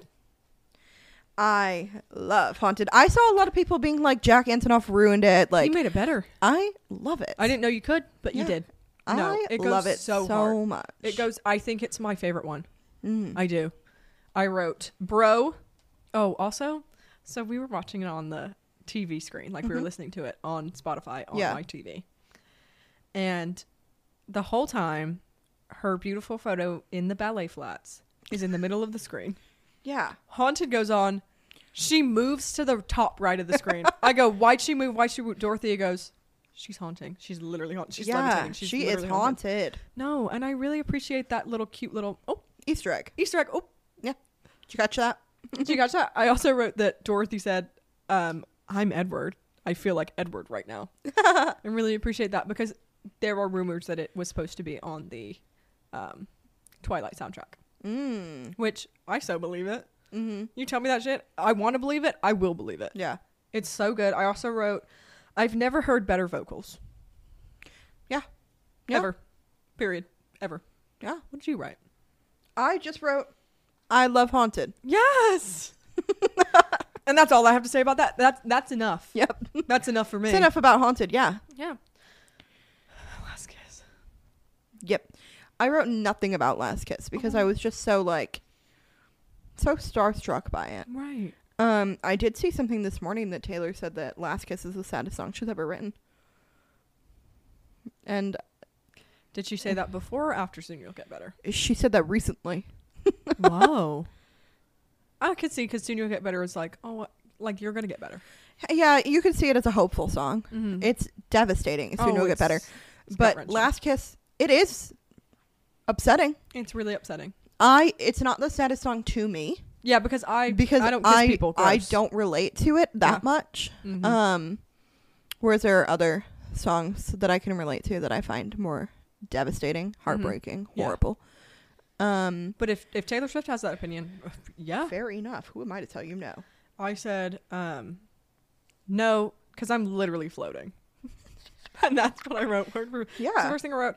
I love Haunted. I saw a lot of people being like Jack Antonoff ruined it. Like
you made it better.
I love it.
I didn't know you could, but
Yeah.
you did.
I
No, it goes
love it so,
so hard.
much.
It goes. I think it's my favorite one.
Mm.
I do. I wrote bro. Oh, also, so we were watching it on the TV screen, like we were listening to it on Spotify on
Mm-hmm. Yeah.
my TV, and the whole time, her beautiful photo in the ballet flats is in the middle of the screen.
Yeah.
Haunted goes on. She moves to the top right of the screen.
[LAUGHS]
I go, why'd she move? Why'd she move? Dorothy goes, she's haunting. She's literally haunted. She's
yeah.
levitating. She's
She is
literally
haunted.
No, and I really appreciate that little cute little oh
Easter egg.
Easter egg. Oh,
Yeah. Did you catch that?
Did you catch that? I also wrote that Dorothy said, um, I'm Edward. I feel like Edward
[LAUGHS]
right now. I really appreciate that because there are rumors that it was supposed to be on the um, Twilight soundtrack,
Mm.
which I so believe it.
Mm-hmm.
You tell me that shit. I want to believe it. I will believe it.
Yeah.
It's so good. I also wrote, I've never heard better vocals.
Yeah. Yeah.
Ever. Period. Ever.
Yeah.
What did you write?
I just wrote, I love haunted.
Yes. [LAUGHS] and that's all I have to say about that. That's that's enough.
Yep.
That's enough for me.
It's enough about haunted. Yeah.
Yeah. Last kiss.
Yep. I wrote nothing about Last Kiss because I was just so like so starstruck by it.
Right.
Um, I did see something this morning that Taylor said that Last Kiss is the saddest song she's ever written. And
Did she say that before or after soon you'll
[LAUGHS]
get better?
she said that recently.
Wow. I could see because soon you'll get better is like, oh, like you're gonna get better.
Yeah, you can see it as a hopeful song.
Mm-hmm.
It's devastating. Soon you'll get
Oh,
better. But Last Kiss, it is upsetting.
it's really upsetting.
I it's not the saddest song to me
Yeah, because I
because
I don't kiss
I,
people.
I
Gross.
don't relate to it that
Yeah.
much.
Mhm.
Um, whereas there are other songs that I can relate to that I find more devastating, heartbreaking,
Mm-hmm. Yeah.
horrible. Um,
but if if Taylor Swift has that opinion, [SIGHS] yeah.
fair enough. Who am I to tell you no?
I said, um, no, because I'm literally floating. [LAUGHS] and that's what I wrote word for It's the
Yeah,
first thing I wrote.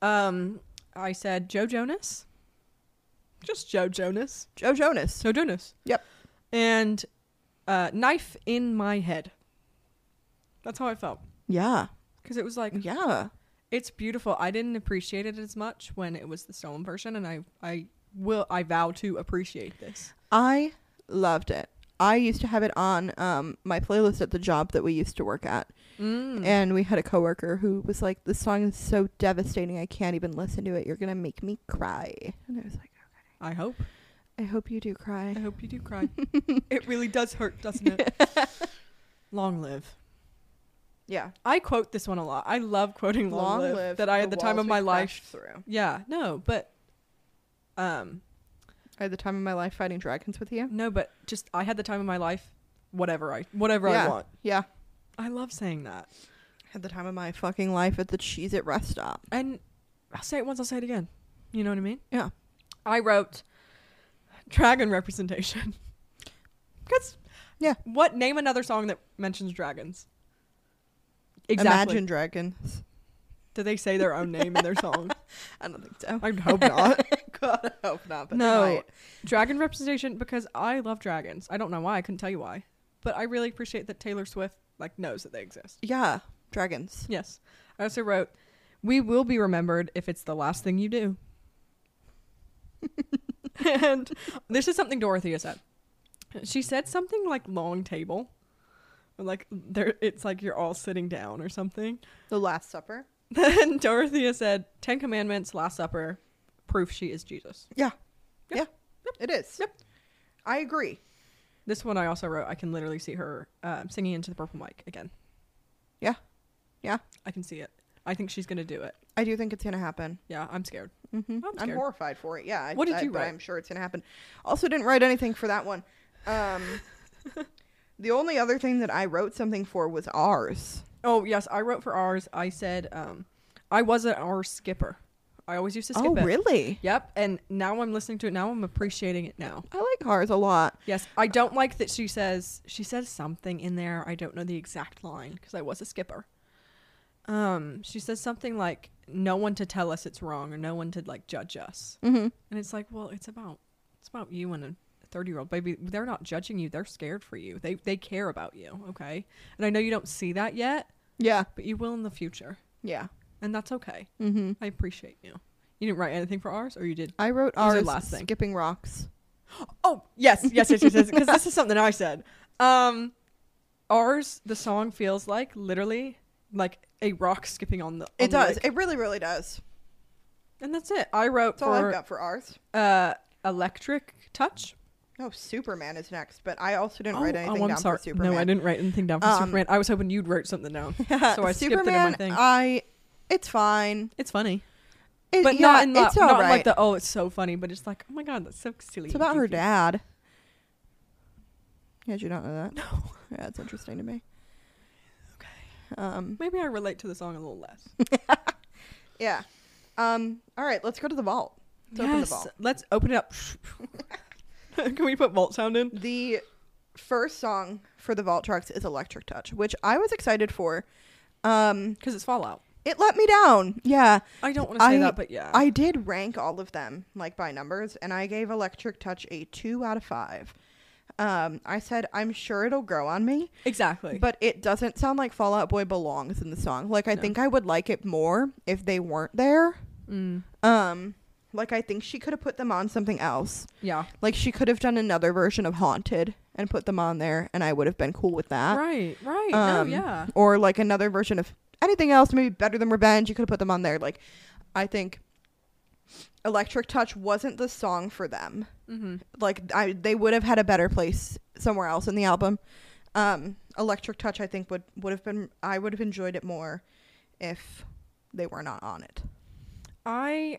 Um, I said Joe Jonas. Just Joe Jonas.
Joe Jonas.
Joe Jonas.
Yep.
And uh, knife in my head. That's how I felt
Yeah,
because it was like
yeah,
it's beautiful. I didn't appreciate it as much when it was the stolen version, and I I will I vow to appreciate this.
I loved it. I used to have it on um, my playlist at the job that we used to work at,
Mm.
and we had a coworker who was like, "This song is so devastating. I can't even listen to it. You're gonna make me cry." And I was like,
I hope
"I hope you do cry."
I hope you do
[LAUGHS]
cry. it really does hurt, doesn't it? Long live.
Yeah,
I quote this one a lot. I love quoting "Long, live, that I had the time
walls
of
we
my
crashed
life.
through.
Yeah, no, but um
I had the time of my life fighting dragons with you.
no, but just I had the time of my life whatever I whatever
yeah.
I want.
Yeah.
I love saying that.
Had the time of my fucking life at the Cheez It rest stop.
And I'll say it once, I'll say it again. You know what I mean?
Yeah.
I wrote dragon representation. [LAUGHS] Cuz
Yeah.
What name another song that mentions dragons? Exactly.
Imagine Dragons.
Do they say their own name in their song?
I don't think so.
[LAUGHS]
[LAUGHS]
I hope not.
God, I hope not. But
no
no.
dragon representation because i love dragons i don't know why i couldn't tell you why but i really appreciate that taylor swift like knows that they exist
Yeah, dragons.
yes i also wrote we will be remembered if it's the last thing you do [LAUGHS] and this is something dorothea said she said something like long table like there it's like you're all sitting down or something [LAUGHS]
The Last Supper.
then dorothea said ten commandments last supper proof she is jesus
Yeah.
Yep.
Yeah. It is.
Yep.
I agree.
This one I also wrote. I can literally see her um, singing into the purple mic again.
Yeah. Yeah.
I can see it. I think she's gonna do it.
I do think it's going to happen.
Yeah, I'm scared.
Mm-hmm.
I'm
I'm
scared.
horrified for it. Yeah. I-
What did
I-
you
but
write?
I'm sure it's going to happen. Also, didn't write anything for that one. Um, [LAUGHS] the only other thing that I wrote something for was ours.
oh yes, I wrote for ours. I said um, I was an R skipper. I always used to skip
oh,
it.
really?
Yep. And now I'm listening to it. Now I'm appreciating it now.
I like ours a lot.
Yes, I don't like that she says she says something in there. I don't know the exact line because I was a skipper. Um, she says something like no one to tell us it's wrong or no one to like judge us.
Mm-hmm.
And it's like, well, it's about it's about you and a thirty year old baby. They're not judging you. They're scared for you. They they care about you. Okay. And I know you don't see that yet,
Yeah.
but you will in the future,
Yeah.
and that's okay.
Mm-hmm.
I appreciate you. You didn't write anything for ours, or you did?
I wrote
These are
ours
last thing.
skipping rocks.
Oh yes, yes, yes, yes, yes. Because this is something I said. Um, ours the song feels like literally like a rock skipping on the. on
It
the
does.
lake.
It really, really does.
and that's it. I wrote
That's all I've
for
got for ours.
uh electric touch.
No, Superman is next, but I also didn't write
Oh, oh,
anything down for Superman.
No, I didn't write anything down for
Um,
Superman. I was hoping you'd wrote
[LAUGHS]
something down. So I skipped it in my
Superman, uh,
thing.
I, it's fine.
It's funny,
It-
but
yeah,
not in the,
it's all
not in,
right.
like the oh, it's so funny, but it's like oh my god, that's so silly.
it's about her
and goofy."
dad. Yeah, did you not know that?
No.
[LAUGHS] Yeah, it's interesting to me.
Okay.
Um,
Maybe I relate to the song a little
[LAUGHS]
less.
yeah. Um, all right, let's go to the vault. Let's open the vault.
Let's open it up. [LAUGHS] Can we put vault sound in?
The first song for the vault trucks is Electric Touch, which I was excited for. Um,
Because it's Fallout.
it let me down. Yeah.
I don't want to say
I-
that, but yeah.
I did rank all of them like by numbers, and I gave Electric Touch a two out of five. Um, I said I'm sure it'll grow on me,
exactly.
but it doesn't sound like Fallout Boy belongs in the song. Like I
No.
think I would like it more if they weren't there.
Mm,
Um, like I think she could have put them on something else.
yeah.
Like she could have done another version of Haunted and put them on there, and I would have been cool with that.
right. Right.
Uh, Um,
no. Yeah.
Or like another version of anything else, maybe better than Revenge. You could have put them on there. Like, I think Electric Touch wasn't the song for them.
Mm-hmm.
Like, I they would have had a better place somewhere else in the album. Um, Electric Touch, I think would would have been. I would have enjoyed it more if they were not on it.
I.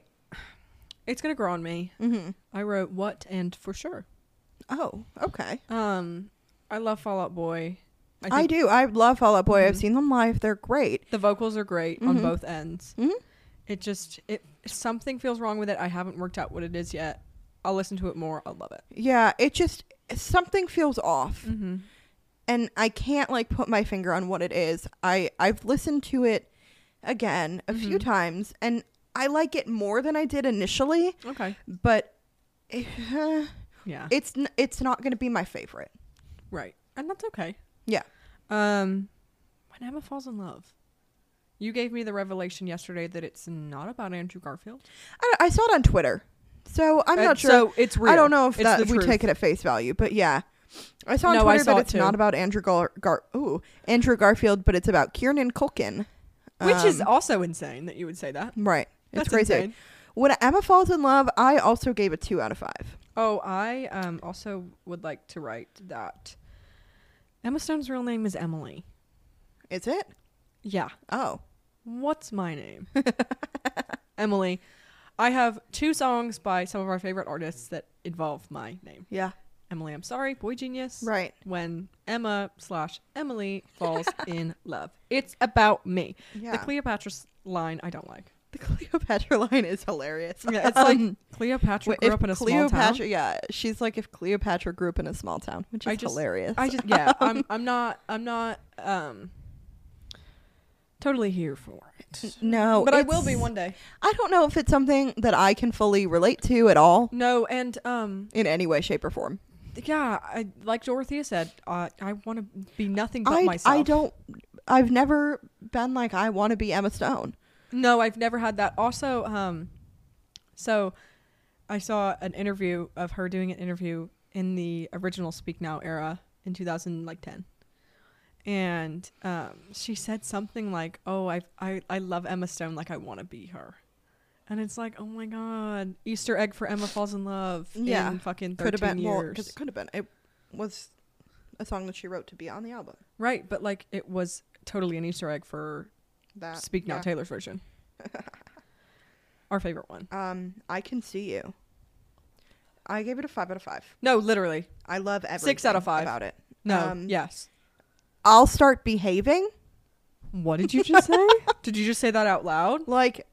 It's gonna grow on me.
Mm-hmm.
I wrote what and for sure.
Oh, okay.
Um, I love Fallout Boy. think
I, do. I love Fall Out Boy. I've
Mhm.
seen them live. They're great.
The vocals are great on
Mhm.
both ends.
Mhm.
It just it something feels wrong with it. I haven't worked out what it is yet. I'll listen to it more. I'll love it.
Yeah, it just something feels off.
Mm-hmm.
and I can't like put my finger on what it is. I I've listened to it again a few
Mhm.
times and I like it more than I did initially,
Okay.
but [SIGHS] eh,
Yeah.
it's n- it's not going to be my favorite.
right. And that's okay.
Yeah.
Um, when Emma falls in love, you gave me the revelation yesterday that it's not about Andrew Garfield.
I, I saw it on Twitter. So I'm
Uh,
not sure.
So it's real.
I don't know if
It's
that
the
if we
truth.
take it at face value, but yeah. I saw on
No, I
Twitter
saw
that
it
it's
too.
not about Andrew Gar, Gar- ooh, Andrew Garfield, but it's about Kieran Culkin.
which is
Um,
also insane that you would say that.
right. It's
That's
crazy.
insane.
When Emma falls in love, I also gave a two out of five.
Oh, I um also would like to write that Emma Stone's real name is Emily.
Is it?
Yeah.
Oh.
What's my name? [LAUGHS] Emily. I have two songs by some of our favorite artists that involve my name.
Yeah.
Emily, I'm sorry, Boy Genius.
Right.
When Emma slash Emily falls in love. It's about me.
Yeah.
The Cleopatra s- line I don't like.
The
[LAUGHS]
Cleopatra line is hilarious.
Yeah, it's like
Um,
Cleopatra
wait,
grew
if
up in a small
Cleopatra,
town.
Yeah, she's like if Cleopatra grew up in a small town, which is
I just-
hilarious.
I just yeah, I'm I'm not I'm not um totally here for it.
no,
but I will
Oh, it's-
be one day.
I don't know if it's something that I can fully relate to at all
No, and um
in any way, shape, or form.
yeah, I like Dorothea said, uh, I want to be nothing but
I
myself.
I don't. I've never been like I want to be Emma Stone.
No, I've never had that. Also, um, so I saw an interview of her doing an interview in the original Speak Now era in 2010. And um, she said something like, "Oh, I I I love Emma Stone like I want to be her," and it's like, "Oh my god, Easter egg for Emma falls in love
Yeah.
in fucking
Could
thirteen
have been
years,
more because it could have been. It was a song that she wrote to be on the album.
right?" But like, it was totally an Easter egg for
That
Speak Now
Uh, yeah.
Taylor's
[LAUGHS]
version, our favorite one.
Um, I can see you. I gave it a five out of five.
No, literally,
I love everything
Six out of five.
about it.
no,
Um,
yes.
I'll start behaving
What did you just say? [LAUGHS] did you just say that out loud?
like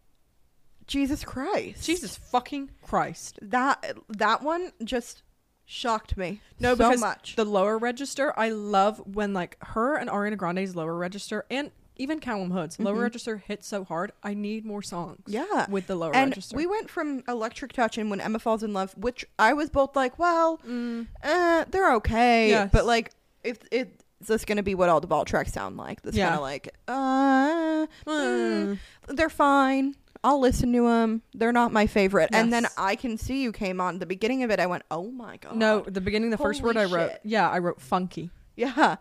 Jesus Christ.
Jesus fucking Christ.
that that one just shocked me.
No,
so
because
much.
the lower register, I love when like her and Ariana Grande's lower register and even Callum Hood's lower
Mhm.
register hits so hard. I need more songs.
yeah.
With the lower
And
register.
we went from Electric Touch and When Emma Falls in Love, which I was both like, well,
Mm,
eh, they're okay,
Yes.
but like, if it is this going to be what all the ball tracks sound like? This
Yeah.
kind of like, uh, mm,
mm.
they're fine. I'll listen to them. They're not my favorite. And then
Yes.
I Can See You came on. The beginning of it, I went, oh my God.
No, the beginning, the first
Holy
word I wrote.
shit.
Yeah, I wrote funky
Yeah.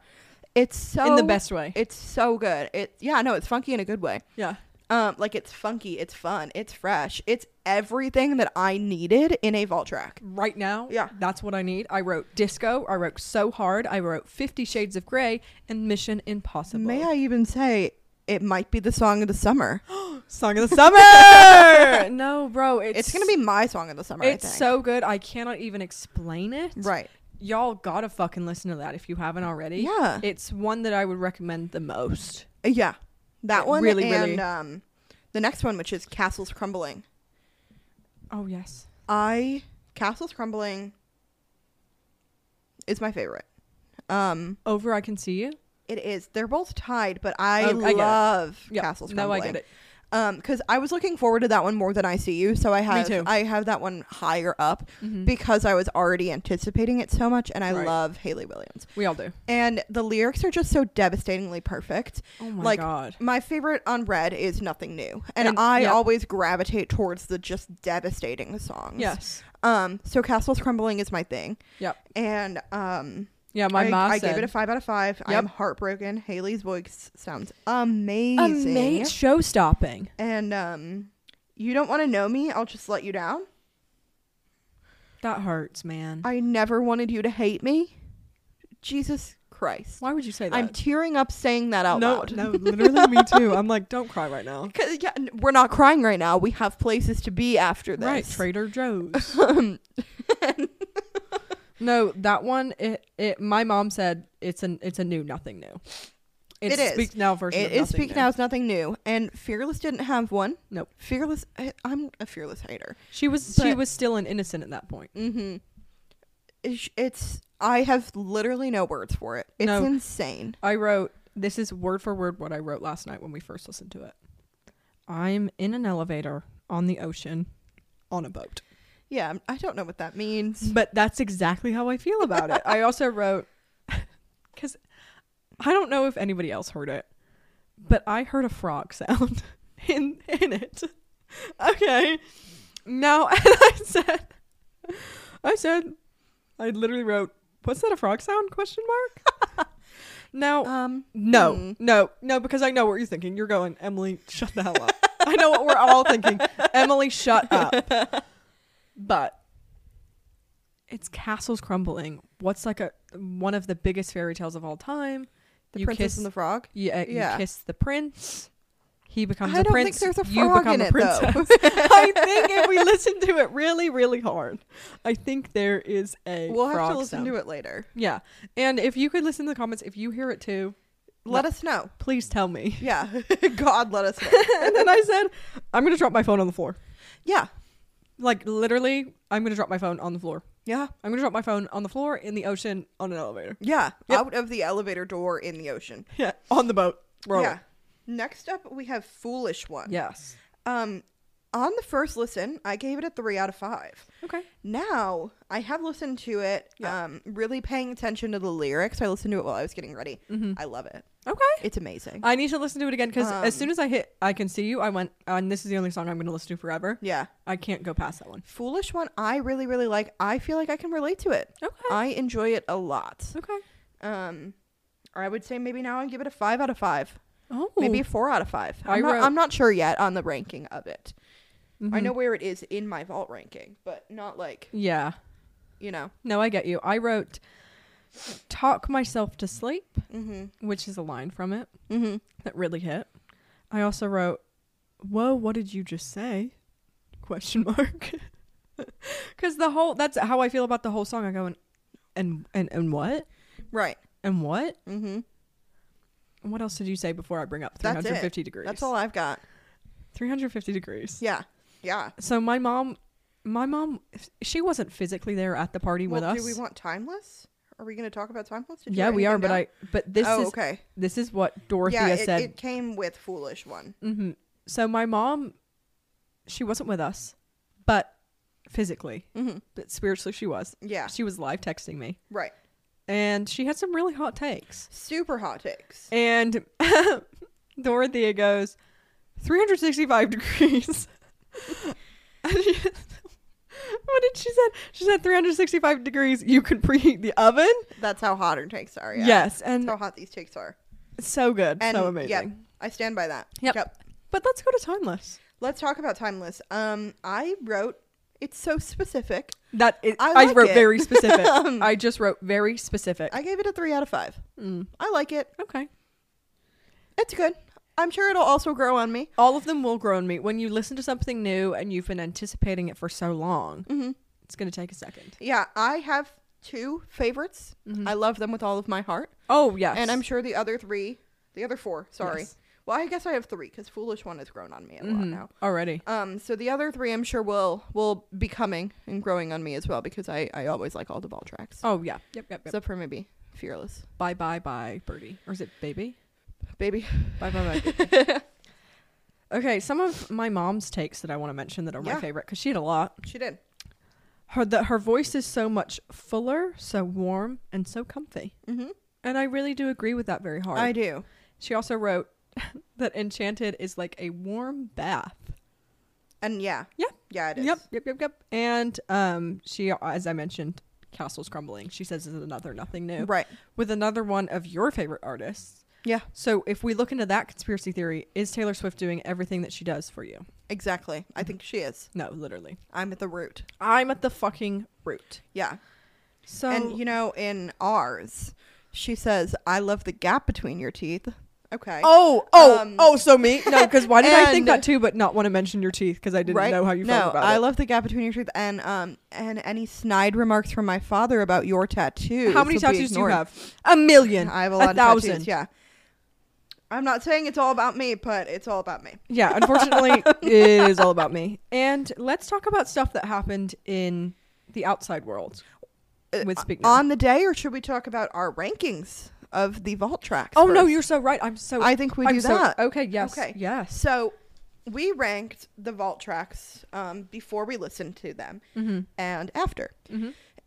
It's so.
in the best way.
It's so good. It Yeah, no, it's funky in a good way.
yeah.
Um, Like, it's funky. It's fun. It's fresh. It's everything that I needed in a vault track.
Right now,
Yeah.
that's what I need. I wrote disco. I wrote so hard. I wrote Fifty Shades of Grey and Mission Impossible.
May I even say it might be the song of the
[GASPS]
summer? [LAUGHS]
Song of the summer. [LAUGHS] no, bro, it's
It's, going to be my song of the summer. I
It's
think.
so good. I cannot even explain it.
Right.
y'all gotta fucking listen to that if you haven't already.
Yeah.
It's one that I would recommend the most.
Uh, Yeah, that
It
one.
really,
and,
really-
Um, the next one, which is Castles Crumbling.
Oh yes.
I Castles Crumbling is my favorite. Um,
Over I can see you.
it is. They're both tied, but I
Oh, I get it.
love
Yeah.
Castles
No,
Crumbling.
I get it.
Um, because I was looking forward to that one more than I see you, so I have
too. Mm-hmm.
I have that one higher up because I was already anticipating it so much, and I
Right.
love Haley Williams.
We all do.
And the lyrics are just so devastatingly perfect.
Oh my
like,
god.
My favorite on Red is Nothing New, and,
And-
I
yep.
always gravitate towards the just devastating songs.
Yes.
Um. So Castles Crumbling is my thing,
Yep.
and um.
Yeah, my
I,
mom
I
said.
gave it a five out of five. I
Yep.
am heartbroken. Haley's voice sounds amazing.
Amazing. Show stopping.
And um, you don't want to know me. I'll just let you down.
That hurts, man.
I never wanted you to hate me. Jesus Christ.
Why would you say that?
I'm tearing up saying that out
no,
loud.
no, literally me too. I'm like, don't cry right now.
'Cause, yeah, n- we're not crying right now. We have places to be after this.
Right,
[LAUGHS]
Trader Joe's.
Um,
no, that one. It, it. My mom said it's an. It's a new nothing new. It's
It is.
Speak now version.
It
of
is
Nothing
Speak
New.
Now is nothing new. And Fearless didn't have one.
Nope.
Fearless, I, I'm a fearless hater.
She was. she
But-
was still an innocent at that point.
Mm-hmm. It's, it's- I have literally no words for it. It's
No.
insane.
I wrote. This is word for word what I wrote last night when we first listened to it. I'm in an elevator on the ocean, on a boat.
Yeah, I don't know what that means.
But that's exactly how I feel about it. I also wrote [LAUGHS] because I don't know if anybody else heard it, but I heard a frog sound [LAUGHS] in in it. Okay, now [LAUGHS] and I said, I said, I literally wrote, "What's that a frog sound?" Question mark. now
Um,
no,
Mm.
no, no, because I know what you're thinking. You're going, Emily, shut the hell up. I know what we're all [LAUGHS] thinking. Emily, shut up. [LAUGHS] But it's castles crumbling. What's like a one of the biggest fairy tales of all time?
the
you
Princess
kiss,
and the Frog.
yeah,
yeah.
you kiss the prince. He becomes
I
a
don't think
prince.
there's a
you
frog
become
in
a
it, though.
princess. [LAUGHS] I think if [LAUGHS] we listen to it really, really hard, I think there is a.
We'll have
frog
to listen
sound.
to it later.
Yeah, and if you could listen to the comments, if you hear it too,
Let us know.
please tell me. [LAUGHS]
Yeah. [LAUGHS] God, let us know.
and then I said, I'm going to drop my phone on the floor.
yeah.
Like, literally, I'm going to drop my phone on the floor.
Yeah.
I'm going to drop my phone on the floor, in the ocean, on an
[LAUGHS]
elevator.
Yeah.
Yep.
Out of the elevator door in the ocean.
Yeah. [LAUGHS] On the boat. Roll.
Yeah. Next up, we have Foolish One.
Yes.
Um, on the first listen, I gave it a three out of five.
Okay.
Now I have listened to it.
Yeah.
Um, really paying attention to the lyrics. I listened to it while I was getting ready.
Mm-hmm.
I love it.
Okay.
It's amazing.
I need to listen to it again because
Um,
as soon as I hit I Can See You, I went, and this is the only song I'm going to listen to forever.
yeah.
I can't go past that one.
Foolish One, I really, really like. I feel like I can relate to it.
Okay.
I enjoy it a lot.
okay.
Um, I would say maybe now I give it a five out of five,
Oh.
maybe a four out of five.
I
I'm, not,
wrote- Mm-hmm.
I'm not sure yet on the ranking of it. I know where it is in my vault ranking, but not like
Yeah.
you know.
No, I get you. I wrote, Talk Myself to Sleep,
Mm-hmm.
which is a line from it.
Mm-hmm.
that really hit. I also wrote, "Whoa, what did you just say?" [LAUGHS] question mark. [LAUGHS] Cuz the whole that's how I feel about the whole song. I go and and and, and what?
Right.
And what?
Mm-hmm.
And what else did you say before I bring up
That's it.
350 degrees?
That's all I've got.
350 degrees.
Yeah. Yeah.
So my mom my mom she wasn't physically there at the party
Well,
with
do
us.
we want timeless? Are we going to talk about timeless? Did you
yeah,
write
we are,
anything
but
down?
I but this
oh,
is
okay.
this is what Dorothea
Yeah, it,
said.
it came with foolish one.
hmm So my mom she wasn't with us, but physically
Mm-hmm.
but spiritually she was.
Yeah.
She was live texting me,
Right.
and she had some really hot takes.
Super hot takes.
And [LAUGHS] Dorothea goes, 365 degrees. [LAUGHS] And she- [LAUGHS] what did she said? She said 365 degrees. You could preheat the oven.
That's how hot her takes are. Yeah.
Yes,
That's
and
how hot these takes are.
so good,
And
so amazing.
Yep, I stand by that.
Yep. But let's go to timeless.
Let's talk about timeless. Um, I wrote. It's so specific.
That is,
I
I,
like
wrote
it. [LAUGHS]
very specific. I just wrote very specific.
I gave it a three out of five.
Mm,
I like it.
okay.
It's good. I'm sure it'll also grow on me.
All of them will grow on me when you listen to something new and you've been anticipating it for so long.
Mm-hmm.
It's going to take a second.
Yeah, I have two favorites.
Mm-hmm.
I love them with all of my heart.
Oh yes,
Mm-hmm. And I'm sure the other three, the other four, sorry.
Yes.
Well, I guess I have three because Foolish One has grown on me a lot
Mhm.
now.
already.
Um, so the other three, I'm sure will will be coming and growing on me as well because I I always like all the ball tracks.
Oh yeah. Yep. Yep. yep.
Except for maybe Fearless,
bye bye bye birdie, or is it baby?
baby.
Bye bye bye. baby.
[LAUGHS]
okay, some of my mom's takes that I want to mention that are my
Yeah.
favorite because she had a lot.
She did.
Her that her voice is so much fuller, so warm, and so comfy.
Mm-hmm.
And I really do agree with that very hard.
I do.
she also wrote [LAUGHS] that Enchanted is like a warm bath.
And yeah.
Yeah.
Yeah. It is.
Yep, yep, yep, yep. And um, she, as I mentioned, Castle's Crumbling. She says is another nothing new
Right.
with another one of your favorite artists.
Yeah.
So if we look into that conspiracy theory, is Taylor Swift doing everything that she does for you?
Exactly. I think she is.
No, literally.
I'm at the root.
I'm at the fucking root.
Yeah.
So
and you know, in ours, she says, "I love the gap between your teeth." Okay.
Oh, oh,
Um,
oh! So me? No, because why did I
[LAUGHS]
think
and-
that too, but not want to mention your teeth because I didn't know how you
no,
felt about
I
it.
love the gap between your teeth and um and any snide remarks from my father about your tattoos.
how many
will be
tattoos do you
ignored.
have? A million.
I have a lot
thousand.
of tattoos. Yeah. I'm not saying it's all about me, but it's all about me. [LAUGHS]
Yeah, unfortunately, it is all about me. And let's talk about stuff that happened in the outside world
Uh,
with Speak Now.
On the day, or should we talk about our rankings of the vault tracks?
oh no,
first?
you're so right. I'm so.
I think we
I'm
do
so-
that.
okay. Yes.
Okay.
Yes.
So we ranked the vault tracks um, before we listened to them and after.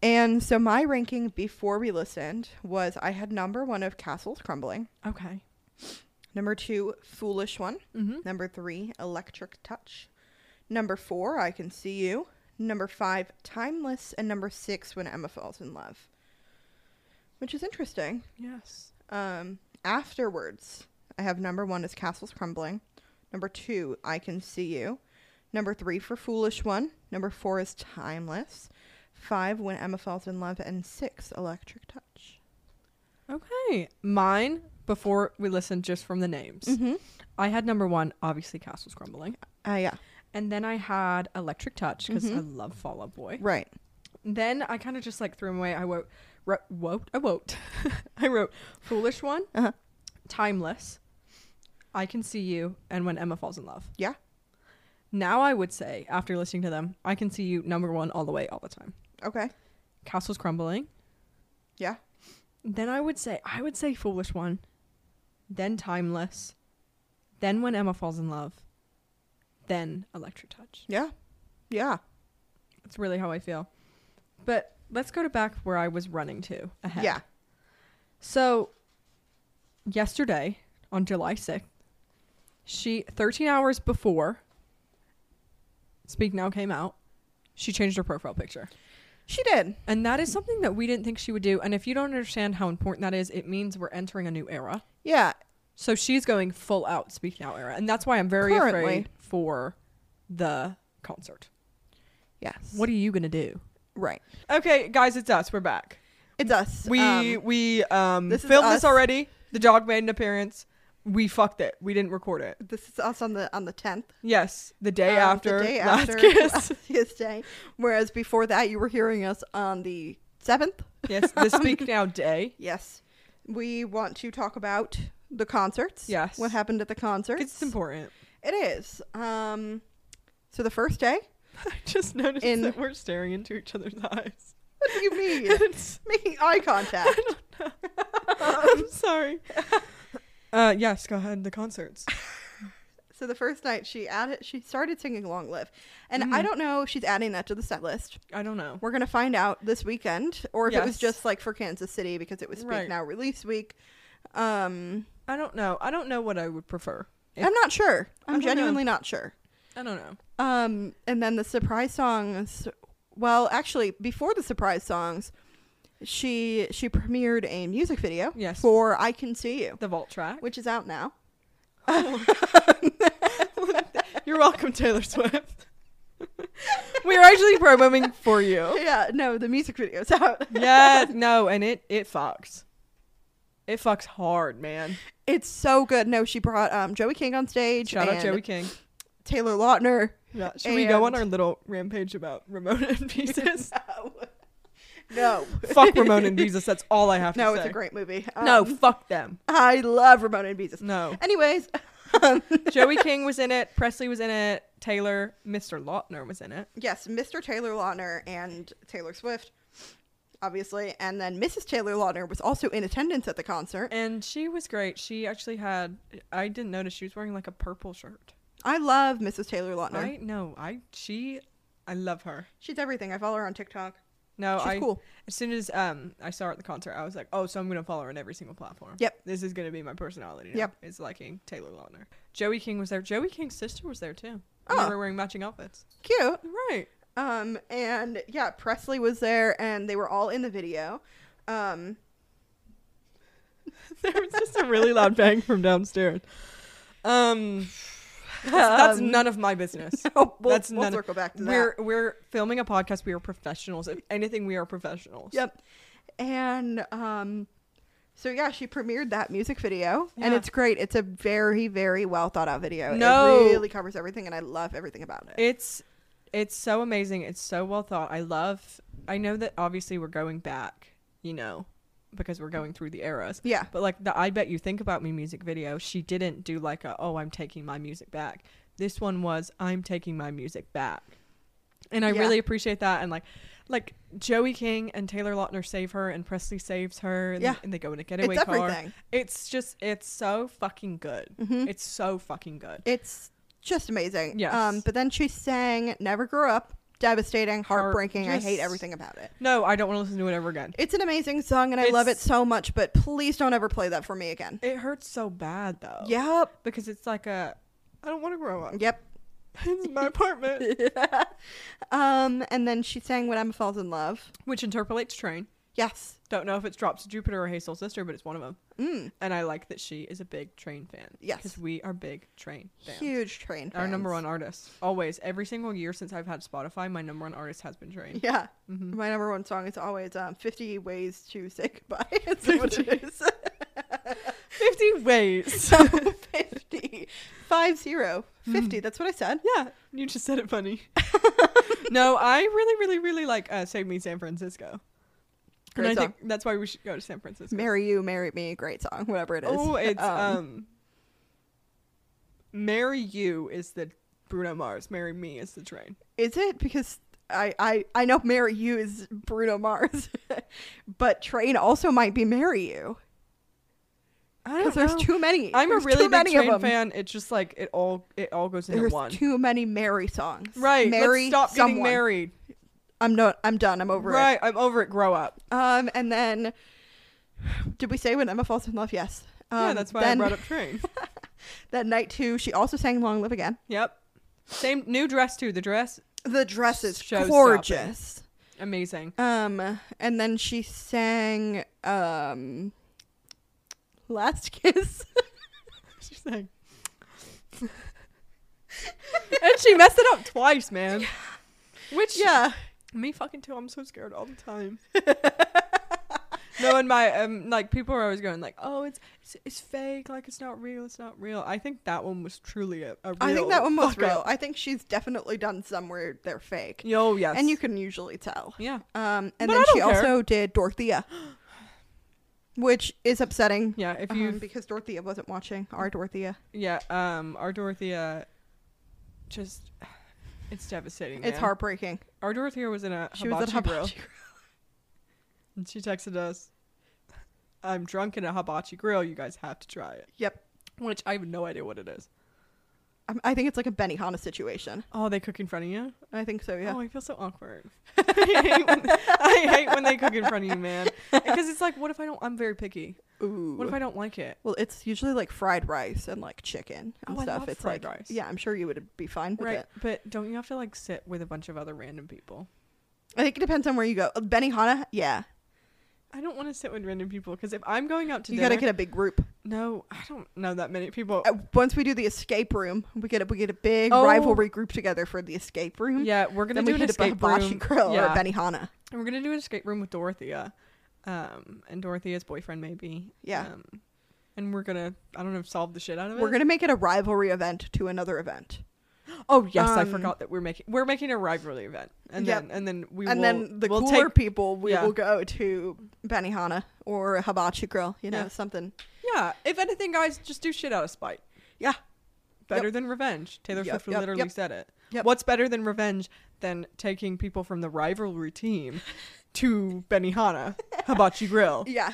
And so my ranking before we listened was I had number one of Castles Crumbling,
Okay.
number two, Foolish One,
Mhm.
number three, Electric Touch, number four, I Can See You, number five, Timeless, and number six, When Emma Falls in Love, which is interesting.
Yes.
Um, afterwards, I have number one is Castles Crumbling. Number two, I Can See You. Number three for Foolish One. Number four is Timeless. Five, When Emma Falls in Love. And six, Electric Touch.
Okay. Mine. Before we listen, just from the names,
Mm-hmm.
I had number one, obviously Castles Crumbling,
Uh, yeah,
and then I had Electric Touch because
Mhm.
I love Fall Out Boy.
right.
Then I kind of just like threw them away. I wrote, wrote, wrote I wrote, [LAUGHS] I wrote, foolish one,
Uh-huh.
timeless, I can see you, and when Emma falls in love.
Yeah.
Now I would say after listening to them, I can see you number one all the way all the time.
Okay.
Castle's crumbling.
Yeah.
Then I would say I would say foolish one, then timeless, then when Emma falls in love, then electric touch.
Yeah. Yeah.
That's really how I feel. But let's go to back where I was running to ahead.
Yeah.
So, yesterday on July 6th, she 13 hours before Speak Now came out, she changed her profile picture.
She did.
And that is something that we didn't think she would do. And if you don't understand how important that is, it means we're entering a new era.
Yeah.
So she's going full out Speak Now era. And that's why I'm very
Currently.
afraid for the concert.
Yes.
What are you going to do?
right.
Okay, guys, it's us. We're back.
It's us.
We
Um,
we um
this is
filmed this
us.
already. The dog made an appearance. We fucked it. We didn't record it.
this is us on the on the tenth.
Yes, the day
um,
after
the day
last
after [LAUGHS]
kiss.
last kiss day. Whereas before that, you were hearing us on the seventh.
[LAUGHS] yes, the speak now day.
Yes, we want to talk about the concerts.
Yes.
what happened at the concerts?
It's important. [LAUGHS]
It is. Um, so the first day. [LAUGHS]
I just noticed
In-
that we're staring into each other's eyes. [LAUGHS]
What do you mean?
It's-
Making eye contact.
I'm sorry.
[LAUGHS]
Uh, yes, go ahead. The concerts.
So the first night she added, she started singing "Long Live," and
Mm.
I don't know if she's adding that to the set list.
I don't know.
We're gonna find out this weekend, or if it was
Yes.
just like for Kansas City because it was Speak
Right.
Now release week. Um,
I don't know. I don't know what I would prefer. If-
I'm not sure.
I
I'm
don't know.
genuinely not sure.
I don't know.
Um, and then the surprise songs. Well, actually, before the surprise songs, she she premiered a music video.
Yes.
For "I Can See You,"
The vault [LAUGHS] track.
which is out now.
Oh
[LAUGHS]
[LAUGHS] You're welcome, Taylor Swift. [LAUGHS] We're actually programming for you.
[LAUGHS] Yeah. No, the music video is out. [LAUGHS]
Yeah, no, and it it fucks. It fucks hard, man.
It's so good. No, she brought um Joey King on stage.
Shout out
and
Joey King.
Taylor
[LAUGHS]
Lautner.
Yeah, should we go on
and- [LAUGHS]
our little rampage about Ramona and Pieces?
No. No.
fuck Ramon and Jesus. That's all I have
[LAUGHS]
to
No,
say.
it's a great movie.
no,
Um,
fuck them.
I love Ramon and Jesus.
No.
Anyways, [LAUGHS]
Joey King was in it. Presley was in it. Taylor, Mr. Lautner was in it.
yes, Mr. Taylor Lautner and Taylor Swift, obviously, and then Mrs. Taylor Lautner was also in attendance at the concert.
And she was great. She actually had, I didn't notice she was wearing like a purple shirt.
I love Mrs. Taylor Lautner.
I know. I, she, I love her.
She's everything. I follow her on TikTok.
No,
She's
I,
cool.
as soon as um I saw her at the concert, I was like, oh, so I'm going to follow her on every single platform.
Yep.
This is going to be my personality. Now.
Yep.
It's liking Taylor Lautner. Joey King was there. Joey King's sister was there too.
Oh.
And They were wearing matching outfits.
Cute.
Ah. Right.
Um, and yeah, Presley was there, and they were all in the video. Um, [LAUGHS]
There was just a really loud bang from downstairs. Um, that's
Um,
none of my [LAUGHS] business.
oh, we'll,
That's
we'll
none of-
circle back to that.
We're we're filming a podcast. We are professionals. If anything, we are professionals.
Yep. And um so yeah, she premiered that music video and
Yeah.
it's great. It's a very very well thought out video.
No.
It really covers everything and I love everything about it.
It's it's so amazing. It's so well thought. I love. I know that obviously we're going back. You know, because we're going through the eras.
yeah.
But like the "I Bet You Think About Me" music video, she didn't do like a "Oh, I'm taking my music back." This one was "I'm taking my music back," and I
Yeah.
really appreciate that. And like, like Joey King and Taylor Lautner save her, and Presley saves her, and,
Yeah.
and they go in a
It's
getaway car.
everything.
It's just, it's so fucking good.
Mhm.
It's so fucking good.
It's just amazing.
Yes.
Um but then she sang Never Grew Up, devastating,
Heart-
heartbreaking. I hate
yes.
everything about it.
No, I don't want to listen to it ever again.
It's an amazing song and I love it
It's-
so much, but please don't ever play that for me again.
It hurts so bad though.
Yep.
because it's like a, I don't want to grow up.
Yep.
it's my apartment,
[LAUGHS] um and then she sang When Emma Falls in Love.
which interpolates train.
Yes.
Don't know if it's Drops to Jupiter or Hey Soul Sister, but it's one of them.
Mm.
And I like that she is a big train fan.
Yes.
Because we are big train fans.
Huge train.
Our number
fans. [LAUGHS]
one artist. Always. Every single year since I've had Spotify, my number one artist has been [LAUGHS] train.
Yeah.
Mhm.
My number one song is always um, 50 Ways to Say Goodbye. [LAUGHS]
[LAUGHS]
That's what it is. [LAUGHS]
50 ways.
so 50. Five zero. 50. That's what I said.
[LAUGHS] Hmm. yeah. You just said it [LAUGHS] funny. no, I really, really, really like uh, Save Me San Francisco.
Great
and I
song.
think that's why we should go to San Francisco.
Marry You, Marry Me. Great song. Whatever it is. [LAUGHS]
Oh, it's. Um, Marry You is the Bruno Mars. Marry Me is the train.
Is it? Because I, I, I know Marry You is Bruno Mars, [LAUGHS] but Train also might be Marry You.
I
Because there's too many.
I'm a
There's
really
too
big
many of
train
them.
fan. It's just like it all it all goes into
There's
one.
too many Mary songs.
right.
Marry
let's stop
someone.
getting married.
I'm not. I'm done. I'm over it.
right. I'm over it. Grow up.
Um, and then did we say when Emma falls in love? Yes. Um,
yeah, that's why
then,
I brought up
[LAUGHS]
train.
that night too. She also sang "Long Live Again."
yep. Same new dress too. The dress
The dress is
Showstopping.
gorgeous. [LAUGHS]
amazing.
Um, and then she sang um, "Last Kiss." [LAUGHS]
She's like, and she messed it up twice, man. Which
yeah,
me fucking too. I'm so scared all the time.
[LAUGHS]
no, and my um, like people are always going like, oh, it's, it's it's fake. Like it's not real. It's not real. I think that one was truly a, a real.
I think that one was
fuck up.
real. I think she's definitely done some where they're fake,
Oh yes.
and you can usually tell.
Yeah.
Um,
But
and
I
then she
don't care.
also did Dorothea, [GASPS] which is upsetting.
Yeah, if
um,
you
because Dorothea wasn't watching our Dorothea.
yeah, um our Dorothea just [SIGHS] it's devastating.
It's
man.
heartbreaking.
Our Dorothea was in a
She was at
hibachi
Hibachi
grill
Grill.
and [LAUGHS] she texted us I'm drunk in a hibachi grill, you guys have to try it.
Yep.
Which I have no idea what it is.
Um, I think it's like a Benihana situation.
Oh, they cook in front of you?
I think so, yeah.
Oh, I feel so awkward. I,
[LAUGHS]
hate when, [LAUGHS] I hate when they cook in front of you, man. Because it's like, what if I don't? I'm very picky.
Ooh.
What if I don't like it?
well, it's usually like fried rice and like chicken and
Oh, I
stuff.
love
it's
fried
like
rice.
yeah, I'm sure you would be fine with
Right.
it.
But don't you have to like sit with a bunch of other random people?
I think it depends on where you go. Uh, Benihana, yeah,
I don't want to sit with random people because if I'm going out to
you
dinner,
gotta get a big group.
No, I don't know that many people.
Uh, once we do the escape room, we get a, we get a big
Oh.
rivalry group together for the escape room.
yeah, we're gonna
then
do
we
an
hit up a
escape
hibachi
room.
grill or
yeah,
a Benihana.
and we're gonna do an escape room with Dorothea, um, and Dorothea's boyfriend maybe.
Yeah.
Um, and we're gonna, I don't know, solve the shit out of it.
We're gonna make it a rivalry event to another event.
Oh yes, I
Um,
forgot that we're making we're making a rivalry event, and
Yep.
then and then we
and
will,
then the
we'll
cooler
take
people, we
yeah.
will go to Benihana or Hibachi Grill, you know,
Yeah.
something.
yeah. If anything, guys, just do shit out of spite.
Yeah.
Better than revenge. Taylor
Yep,
Swift
yep,
literally
yep.
said it.
Yep.
What's better than revenge than taking people from the rivalry team to Benihana Hibachi Grill?
[LAUGHS] Yeah.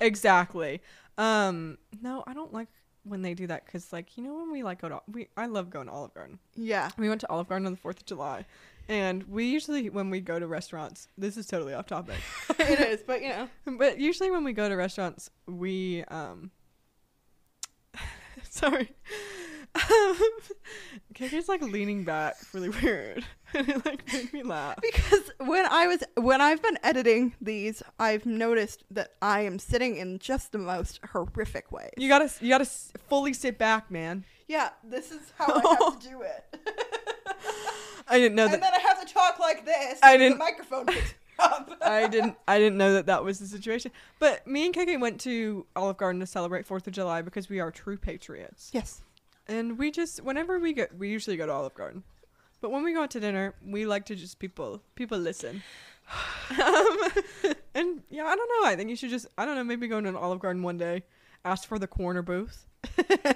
exactly. Um, no, I don't like when they do that because, like, you know, when we like go to we, I love going to Olive Garden. [LAUGHS]
Yeah.
We went to Olive Garden on the Fourth of July, and we usually when we go to restaurants, this is totally off topic,
it is, but you know.
[LAUGHS] but usually when we go to restaurants, we um. [LAUGHS] sorry. [LAUGHS] Kicker's like leaning back really [LAUGHS] weird. and it like made me laugh.
Because when I was when I've been editing these, I've noticed that I am sitting in just the most horrific way.
You gotta you gotta s- fully sit back, man.
Yeah, this is how I have
[LAUGHS]
to do it.
I didn't know that.
and then I have to talk like this.
I
and
didn't-
The
[LAUGHS]
microphone picks up.
I didn't I didn't know that that was the situation. But me and KK went to Olive Garden to celebrate 4th of July because we are true patriots.
[LAUGHS] Yes.
And we just whenever we go we usually go to Olive Garden. But when we go out to dinner, we like to just people people listen. um, [LAUGHS] and yeah, I don't know. I think you should just I don't know, maybe go to an Olive Garden one day, ask for the corner booth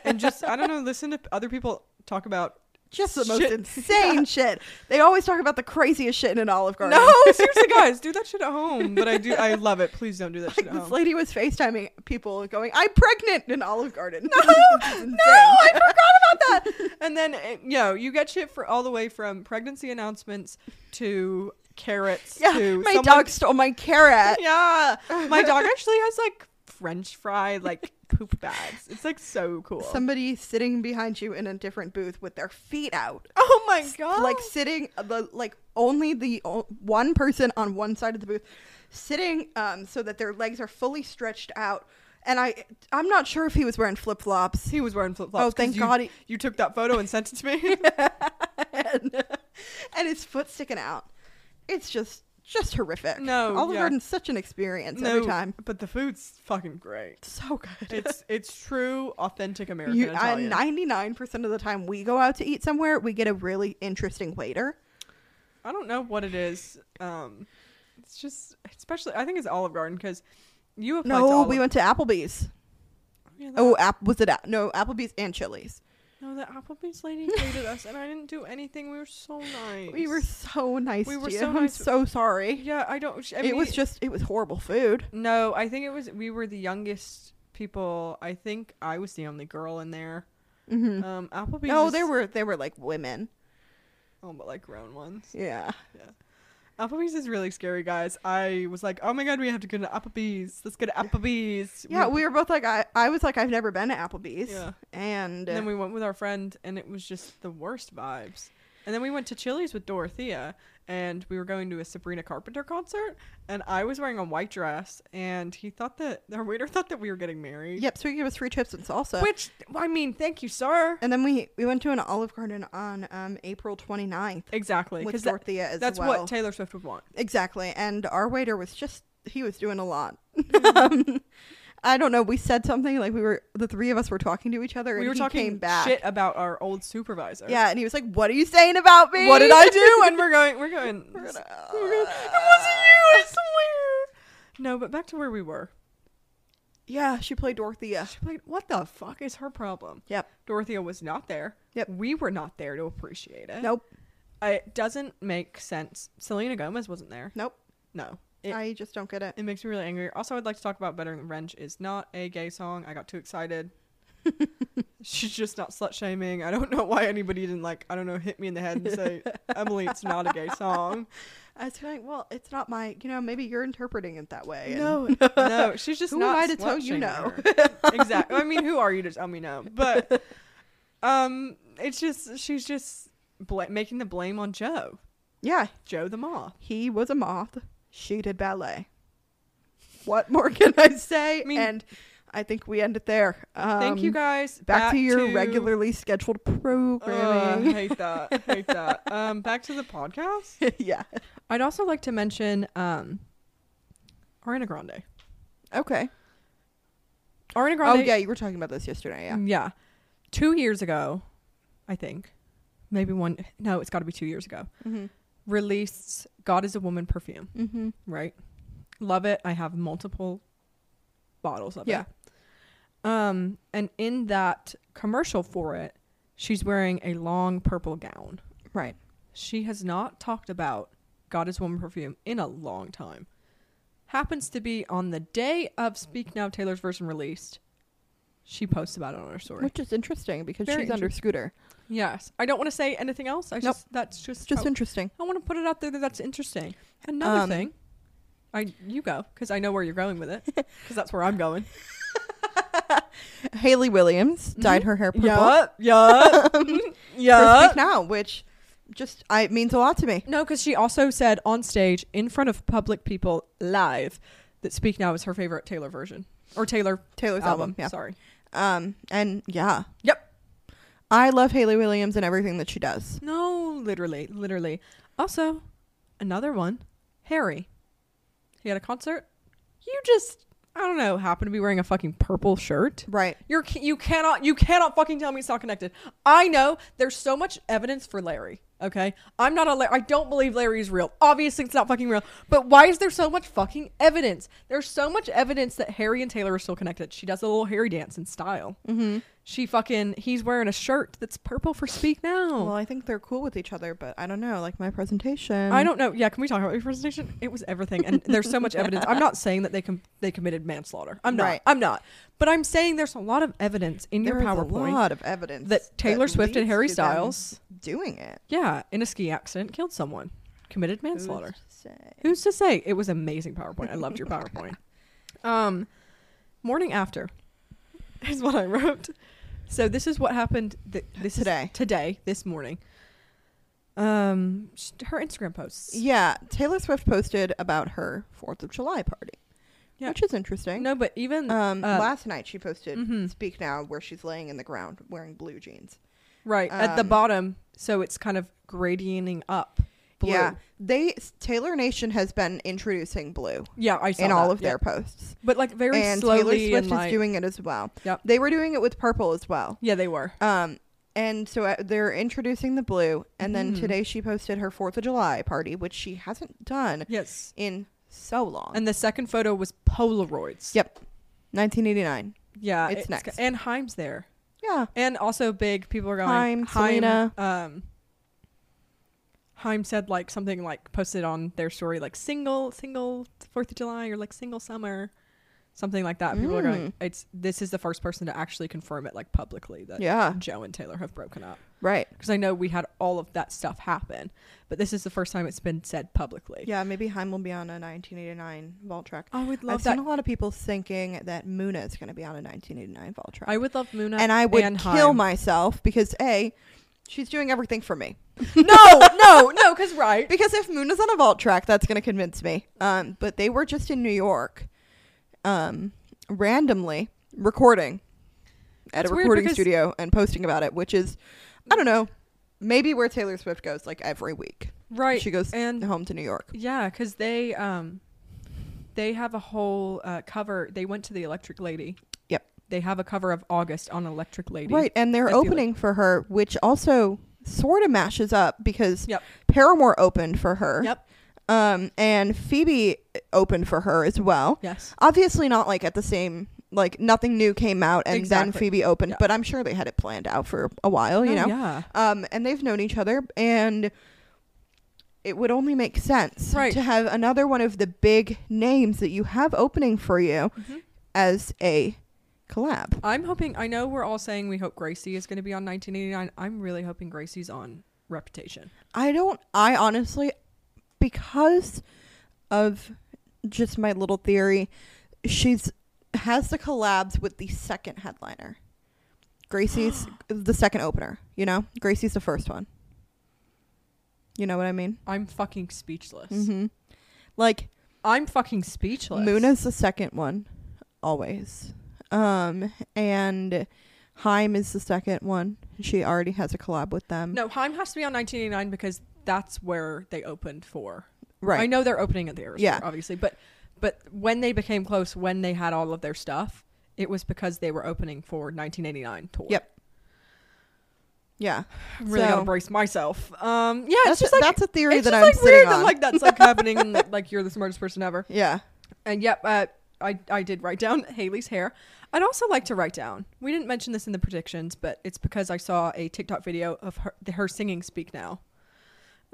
and just I don't know, listen to other people talk
[LAUGHS]
about
Just the most
Shit. [LAUGHS]
insane shit. They always talk about the craziest shit in an Olive Garden.
No, seriously guys, do that shit at home. But I do I love it. Please don't do that
[LAUGHS] [LAUGHS]
shit
Like
at home.
this lady was FaceTiming people going, I'm pregnant in Olive Garden. [LAUGHS]
No, no, I
forgot about that.
And then, it, you know, you get shit for all the way from pregnancy announcements to carrots
yeah,
to
my
someone-
dog stole my carrot.
Yeah, my [LAUGHS] dog actually has like French fry like poop bags. It's like so cool.
Somebody sitting behind you in a different booth with their feet out.
oh my god!
Like sitting uh, the like only the o- one person on one side of the booth sitting um so that their legs are fully stretched out. And I I'm not sure if he was wearing flip-flops.
he was wearing flip flops.
Oh, thank God he-
you took that photo and sent it to [LAUGHS] me.
and, [LAUGHS] and his foot sticking out. It's just just horrific.
No,
Olive
yeah.
Garden's such an experience every time.
but the food's fucking great.
So good.
[LAUGHS] It's it's true authentic American
[LAUGHS] you, uh,
Italian.
99% of the time we go out to eat somewhere, we get a really interesting waiter.
I don't know what it is. Um, it's just especially I think it's Olive Garden because you applied to
No,
Olive
we went to Applebee's.
Yeah, that-
Oh, app was it? App- no, Applebee's and Chili's.
No, the Applebee's lady hated us, and I didn't do anything. We were so nice.
We were so nice.
We were
to you.
so
I'm
nice.
so sorry.
Yeah, I don't. sh- I
it was
mean-
just it was horrible food.
No, I think it was. We were the youngest people. I think I was the only girl in there.
Mm-hmm.
Um, Applebee's.
No,
is-
there were they were like women.
Oh, but like grown ones.
Yeah.
Applebee's is really scary, guys. I was like, oh my god, we have to go to Applebee's. Let's go to Applebee's.
Yeah, we were both like I I was like I've never been to Applebee's.
Yeah.
And,
And then we went with our friend, and it was just the worst vibes. And then we went to Chili's with Dorothea, and we were going to a Sabrina Carpenter concert, and I was wearing a white dress, and he thought that our waiter [LAUGHS] thought that we were getting married.
Yep, so he gave us three chips and salsa.
Which I mean, thank you, sir.
And then we, we went to an Olive Garden on um, April 29th
Exactly,
with
because
Dorothea as
that's
well.
what Taylor Swift would want.
exactly. And our waiter was just, he was doing a lot. [LAUGHS] Um, I don't know. We said something like we were, the three of us were talking to each other.
We
and
were
he
talking
came back.
shit about our old supervisor.
Yeah. And he was like, What are you saying about me?
What did I do? And we're going, we're going.
[LAUGHS] We're
this-
gonna- uh.
we're going, it wasn't you. I swear. No, but back to where we were.
[LAUGHS] yeah. She played Dorothea.
She played. What the fuck is her problem?
Yep.
Dorothea was not there.
Yep.
We were not there to appreciate it.
Nope.
It doesn't make sense. Selena Gomez wasn't there.
Nope.
No. It,
I just don't get it.
it makes me really angry. Also, I'd like to talk about Better Than Wrench is not a gay song. I got
[LAUGHS]
too excited. She's just not slut shaming. I don't know why anybody didn't like, I don't know, hit me in the head and
[LAUGHS]
say, Emily, it's not a gay song.
I was like, Well, it's not my, you know, maybe you're interpreting it that way. and-
No,
[LAUGHS]
no, she's just
Who
not.
am I to tell
slut
you no?
shaming
[LAUGHS]
her. exactly. I mean, who are you to tell me no? But um, it's just she's just bla- making the blame on Joe,
Yeah.
Joe the moth.
He was a moth. She did ballet. What more can I say?
I mean-
and I think we end it there. Um,
Thank you guys.
Back, to your regularly scheduled
Ugh,
programming.
hate that. Hate that.
[LAUGHS]
Um, back to the podcast.
yeah.
I'd also like to mention um, Ariana Grande.
Okay.
Ariana
Oh
Grande.
yeah, you were talking about this yesterday. Yeah.
yeah. Two years ago, I think, maybe one no it's got to be two years ago
Mm-hmm.
released god is a woman perfume
Mm-hmm.
right love it i have multiple bottles of
Yeah.
it um and in that commercial for it she's wearing a long purple gown
Right.
she has not talked about god is a woman perfume in a long time happens to be on the day of speak now taylor's version released she posts about it on her story
Which is interesting because
Very
she's under Scooter.
Yes. I don't want to say anything else. I
Nope.
just that's just,
It's just
how-
interesting. [LAUGHS]
I want to put it out there that that's interesting. Another
Um,
thing. I you go cuz I know where you're going with it
[LAUGHS]
cuz that's where I'm going.
Haley Williams dyed her hair purple
Mm-hmm.
[LAUGHS]
Yup.
for Speak Now, which just I it means a lot to me.
No, cuz she also said on stage in front of public people live that Speak Now is her favorite Taylor version or Taylor
Taylor's
album.
album, yeah.
Sorry.
Um, and yeah,
Yep.
I love Haley Williams and everything that she does.
No, literally, literally. Also, another one, Harry. He had a concert. You just, I don't know, happen to be wearing a fucking purple shirt.
Right.
You're ca- you cannot you cannot fucking tell me it's not connected. I know there's so much evidence for Larry. Okay, I'm not a Larry. I don't believe Larry is real. Obviously, it's not fucking real. But why is there so much fucking evidence? There's so much evidence that Harry and Taylor are still connected. She does a little Harry dance in style. Mm-hmm. She fucking he's wearing a shirt that's purple for Speak Now.
Well, I think they're cool with each other, but I don't know. Like my presentation.
I don't know. Yeah, can we talk about your presentation? It was everything, and there's so much evidence. I'm not saying that they com- they committed manslaughter. I'm not.
Right.
I'm not. But I'm saying there's a lot of evidence in
There
your
is
PowerPoint
a lot of evidence
that Taylor Swift and
leads
Harry
to them
Styles,
doing it.
yeah, in a ski accident, killed someone, committed
Who's
manslaughter.
to say?
Who's to say? It was amazing PowerPoint. I
[LAUGHS]
loved your PowerPoint. Um, morning after [LAUGHS] is what I wrote. So this is what happened th- this is
Today.
today, this morning. Um, sh- her Instagram posts.
Yeah, Taylor Swift posted about her Fourth of July party,
Yeah.
which is interesting.
No, but even
um,
uh,
last night she posted
mhm.
"Speak Now," where she's laying in the ground wearing blue jeans.
right at the
um,
bottom, so it's kind of gradienting up. Blue.
Yeah, they Taylor Nation has been introducing blue
yeah, I saw
in all
that,
of
yeah.
their posts,
but like very
and
slowly
Taylor Swift
and like
is doing it as well.
Yep.
They were doing it with purple as well.
yeah, they were.
Um, and so uh, they're introducing the blue, and then
Mhm.
today she posted her Fourth of July party, which she hasn't done
Yes.
in so long.
And the second photo was Polaroids.
yep, 1989.
Yeah.
It's next.
And Heim's there.
Yeah,
And also big people are going
Haim, Selena.
um Heim said like something like posted on their story like single single 4th of July or like single summer something like that. People are going
Mm.
it's this is the first person to actually confirm it like publicly that
yeah,
Joe and Taylor have broken up
right.
because I know we had all of that stuff happen, but this is the first time it's been said publicly.
Yeah, maybe Heim will be on a 1989 vault track.
I would
I've
love
seen
that.
a lot of people thinking that Muna is going to be on a 1989 vault track.
I would love Muna
and I would kill
Haim.
myself because a, she's doing everything for
[LAUGHS]
me.
no, no, no, because right.
Because if Muna's on a vault track, that's going to convince me. Um, but they were just in New York, um, randomly recording at
It's
a
weird
recording
because-
studio and posting about it, which is, I don't know, maybe where Taylor Swift goes like every week.
Right.
She goes
and
home to New York.
yeah, because they um, they have a whole uh, cover. They went to the Electric Lady.
Yep.
They have a cover of August on Electric Lady.
Right, and they're
I feel like-
opening for her, which also sort of mashes up because
Yep.
Paramore opened for her.
Yep.
Um, and Phoebe opened for her as well.
Yes.
Obviously, not like at the same like nothing new came out and
Exactly.
then Phoebe opened,
Yeah.
but I'm sure they had it planned out for a while, you know.
Oh, Yeah.
Um, and they've known each other, and it would only make sense
Right.
to have another one of the big names that you have opening for you
Mhm.
as a collab.
I'm hoping. I know we're all saying we hope Gracie is going to be on 1989. I'm really hoping Gracie's on Reputation.
I don't. I honestly, because of just my little theory, she's has the collabs with the second headliner.
[GASPS]
Gracie's the second opener. You know, Gracie's the first one. You know what I mean?
I'm fucking speechless.
Mm-hmm. Like
I'm fucking speechless.
Muna's the second one, always. Um, and Haim is the second one. She already has a collab with them.
No, Heim has to be on 1989 because that's where they opened for.
right.
I know they're opening at the Aerosphere,
Yeah.
obviously, but but when they became close, when they had all of their stuff, it was because they were opening for 1989 tour.
Yep. Yeah.
I'm [SIGHS] really
So-
gotta brace myself. Um, yeah,
that's
[LAUGHS] it's just
a,
like
that's a theory
it's
that
just
I'm
like
sitting
weird
on.
that like
[LAUGHS]
that's like happening and like you're the smartest person ever.
yeah.
And yep, uh, I I did write down Haley's hair. I'd also like to write down. We didn't mention this in the predictions, but it's because I saw a TikTok video of her her singing "Speak Now,"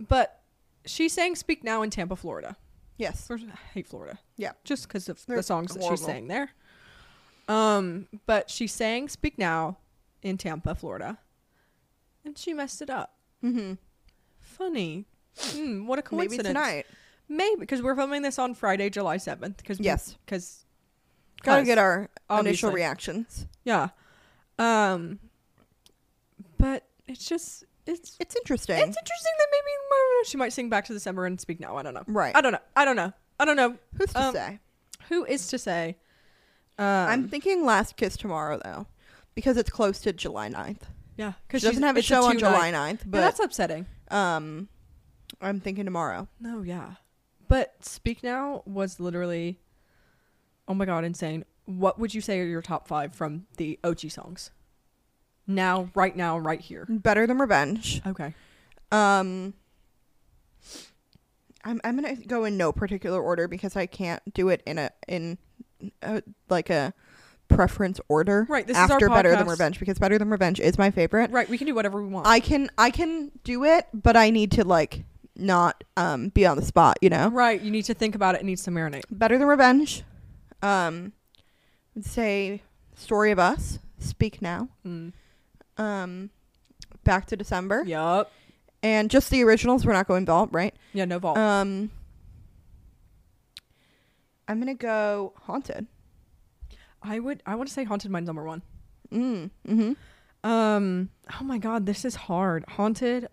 but she sang "Speak Now" in Tampa, Florida.
Yes.
First, I hate Florida.
Yeah.
just because of
They're
the songs that she
horrible.
sang there. Um, but she sang "Speak Now" in Tampa, Florida, and she messed it up.
Mm-hmm.
Funny. Hmm, what a
Maybe
coincidence.
tonight.
Maybe because we're filming this on Friday, July seventh. Because
Yes.
because
Gotta get our initial
obviously.
reactions.
yeah. Um, but it's just it's
It's interesting.
it's interesting that maybe I don't know, she might sing back to the summer and speak now. I don't know.
Right.
I don't know. I don't know. I don't know.
Who's to
Uh, um,
say?
Who is to say? Um,
I'm thinking Last Kiss tomorrow though, because it's close to July 9th.
yeah
She
because
doesn't have a show on July 9th,
But
but
that's upsetting.
um, I'm thinking tomorrow.
No, yeah. But Speak Now was literally, oh my god, insane. What would you say are your top five from the Ochi songs? Now, right now, right here.
Better than Revenge.
Okay.
Um, I'm I'm gonna go in no particular order because I can't do it in a in a, like a preference order.
Right, this is our
after Better Than
podcast.
Revenge because Better Than Revenge is my favorite.
Right, we can do whatever we want.
I can I can do it, but I need to like not um be on the spot. You know,
right, you need to think about it. It needs to marinate.
Better Than Revenge. Um, I'd say Story of Us. Speak now.
Mm.
Um, Back to December
Yup.
and just the originals. We're not going vault, right?
Yeah, no vault.
Um, I'm gonna go haunted.
I would. I want to say haunted. Mine's number one.
Mm, mm-hmm.
Um. Oh my god, this is hard. Haunted.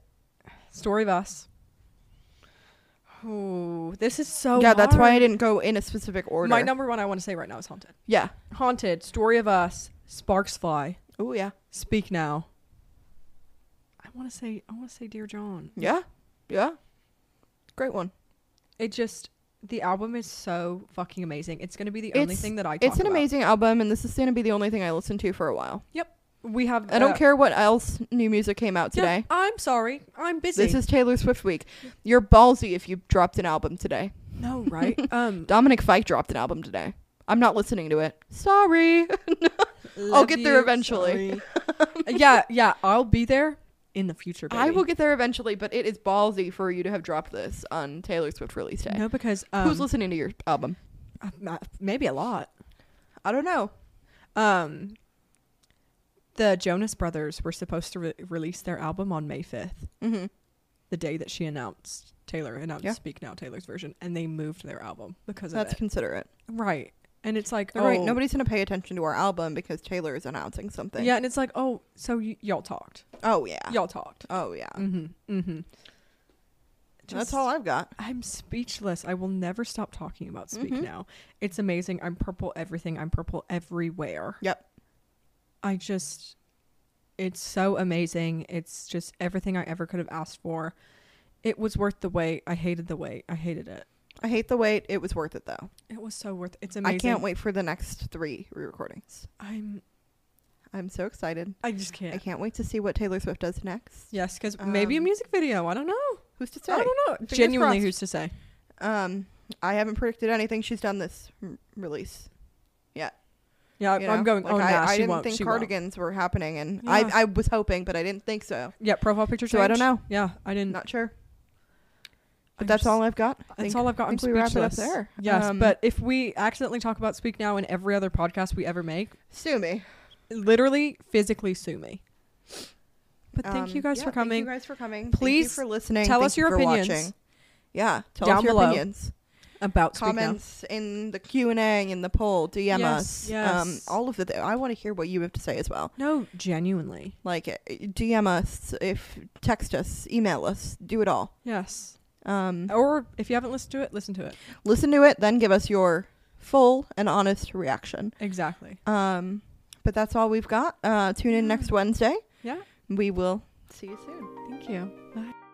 Story of Us. Oh, this is so.
yeah, that's why I
hard.
didn't go in a specific order.
My number one I want to say right now is haunted.
yeah.
Haunted, Story of Us, Sparks Fly,
Oh yeah.
Speak Now. I want to say, I want to say, Dear John.
Yeah. Yeah. Great one.
It just the album is so fucking amazing. It's gonna be the only
It's-
thing that I. Talk
It's an
about.
amazing album, and this is gonna be the only thing I listen to for a while.
We have.
I don't
uh,
care what else new music came out
yeah,
today.
I'm sorry. I'm busy.
This is Taylor Swift week. You're ballsy if you dropped an album today.
no
[LAUGHS]
right. Um,
Dominic Fike dropped an album today. I'm not listening to it. Sorry.
love
get there
you,
eventually.
sorry.
[LAUGHS]
yeah, yeah. I'll be there in the future. Baby.
I will get there eventually, but it is ballsy for you to have dropped this on Taylor Swift release day.
No, because um,
Who's listening to your album?
uh, maybe a lot.
I don't know.
Um, the Jonas Brothers were supposed to re- release their album on May 5th,
Mm-hmm.
the day that she announced Taylor announced
Yeah.
Speak Now Taylor's version, and they moved their album because
That's
of it.
considerate.
Right, and it's like,
All
oh,
right, nobody's gonna pay attention to our album because Taylor is announcing something.
Yeah, and it's like, oh, so y- y'all talked,
Oh yeah.
y'all talked.
Oh yeah.
Mm-hmm. Mm-hmm.
That's all I've got.
I'm speechless. I will never stop talking about Speak
Mhm.
Now. It's amazing. I'm purple everything. I'm purple everywhere.
Yep.
I just it's so amazing. It's just everything I ever could have asked for. It was worth the wait. I hated the wait. I hated it.
I hate the wait. It was worth it though.
It was so worth it's amazing.
I can't wait for the next three re-recordings.
I'm
I'm so excited.
I just can't.
I can't wait to see what Taylor Swift does next.
Yes, because maybe a
Um,
music video. I don't know.
Who's to say?
I don't know.
Fingers
Genuinely,
crossed.
who's to say?
Um, I haven't predicted anything she's done this r- release.
Yeah,
you
I'm
know?
going.
Like,
oh,
I,
nah,
I
she
didn't
won't.
think
she won't.
cardigans were happening, and
Yeah.
I I was hoping, but I didn't think so.
Yeah, profile picture.
So I don't
change.
know.
Yeah, I didn't.
Not sure. But
I'm
that's
Mm. just-
all I've got. I
That's
think.
all I've got.
I
I'm
think we wrap
speechless.
it up there.
Yes,
Um,
but if we accidentally talk about Speak Now in every other podcast we ever make,
Sue me.
literally physically sue me. But thank
Um,
you guys
yeah,
for
Thank
coming.
you guys for coming. Thank you
Please
for listening.
tell
Thank
us
you
your
for
opinions
watching. Yeah, tell
down
us your
below.
opinions.
about Speak Now.
Comments in the Q and A in the poll. DM
Yes,
us.
yes.
Um, all of the. Th- I want to hear what you have to say as well.
No, genuinely.
Like uh, DM us, if text us, email us, do it all.
Yes.
Um,
Or if you haven't listened to it, listen to it.
listen to it, then give us your full and honest reaction.
Exactly.
Um, but that's all we've got. Uh, tune in next Wednesday.
Yeah.
We will see you soon.
Thank you. Bye.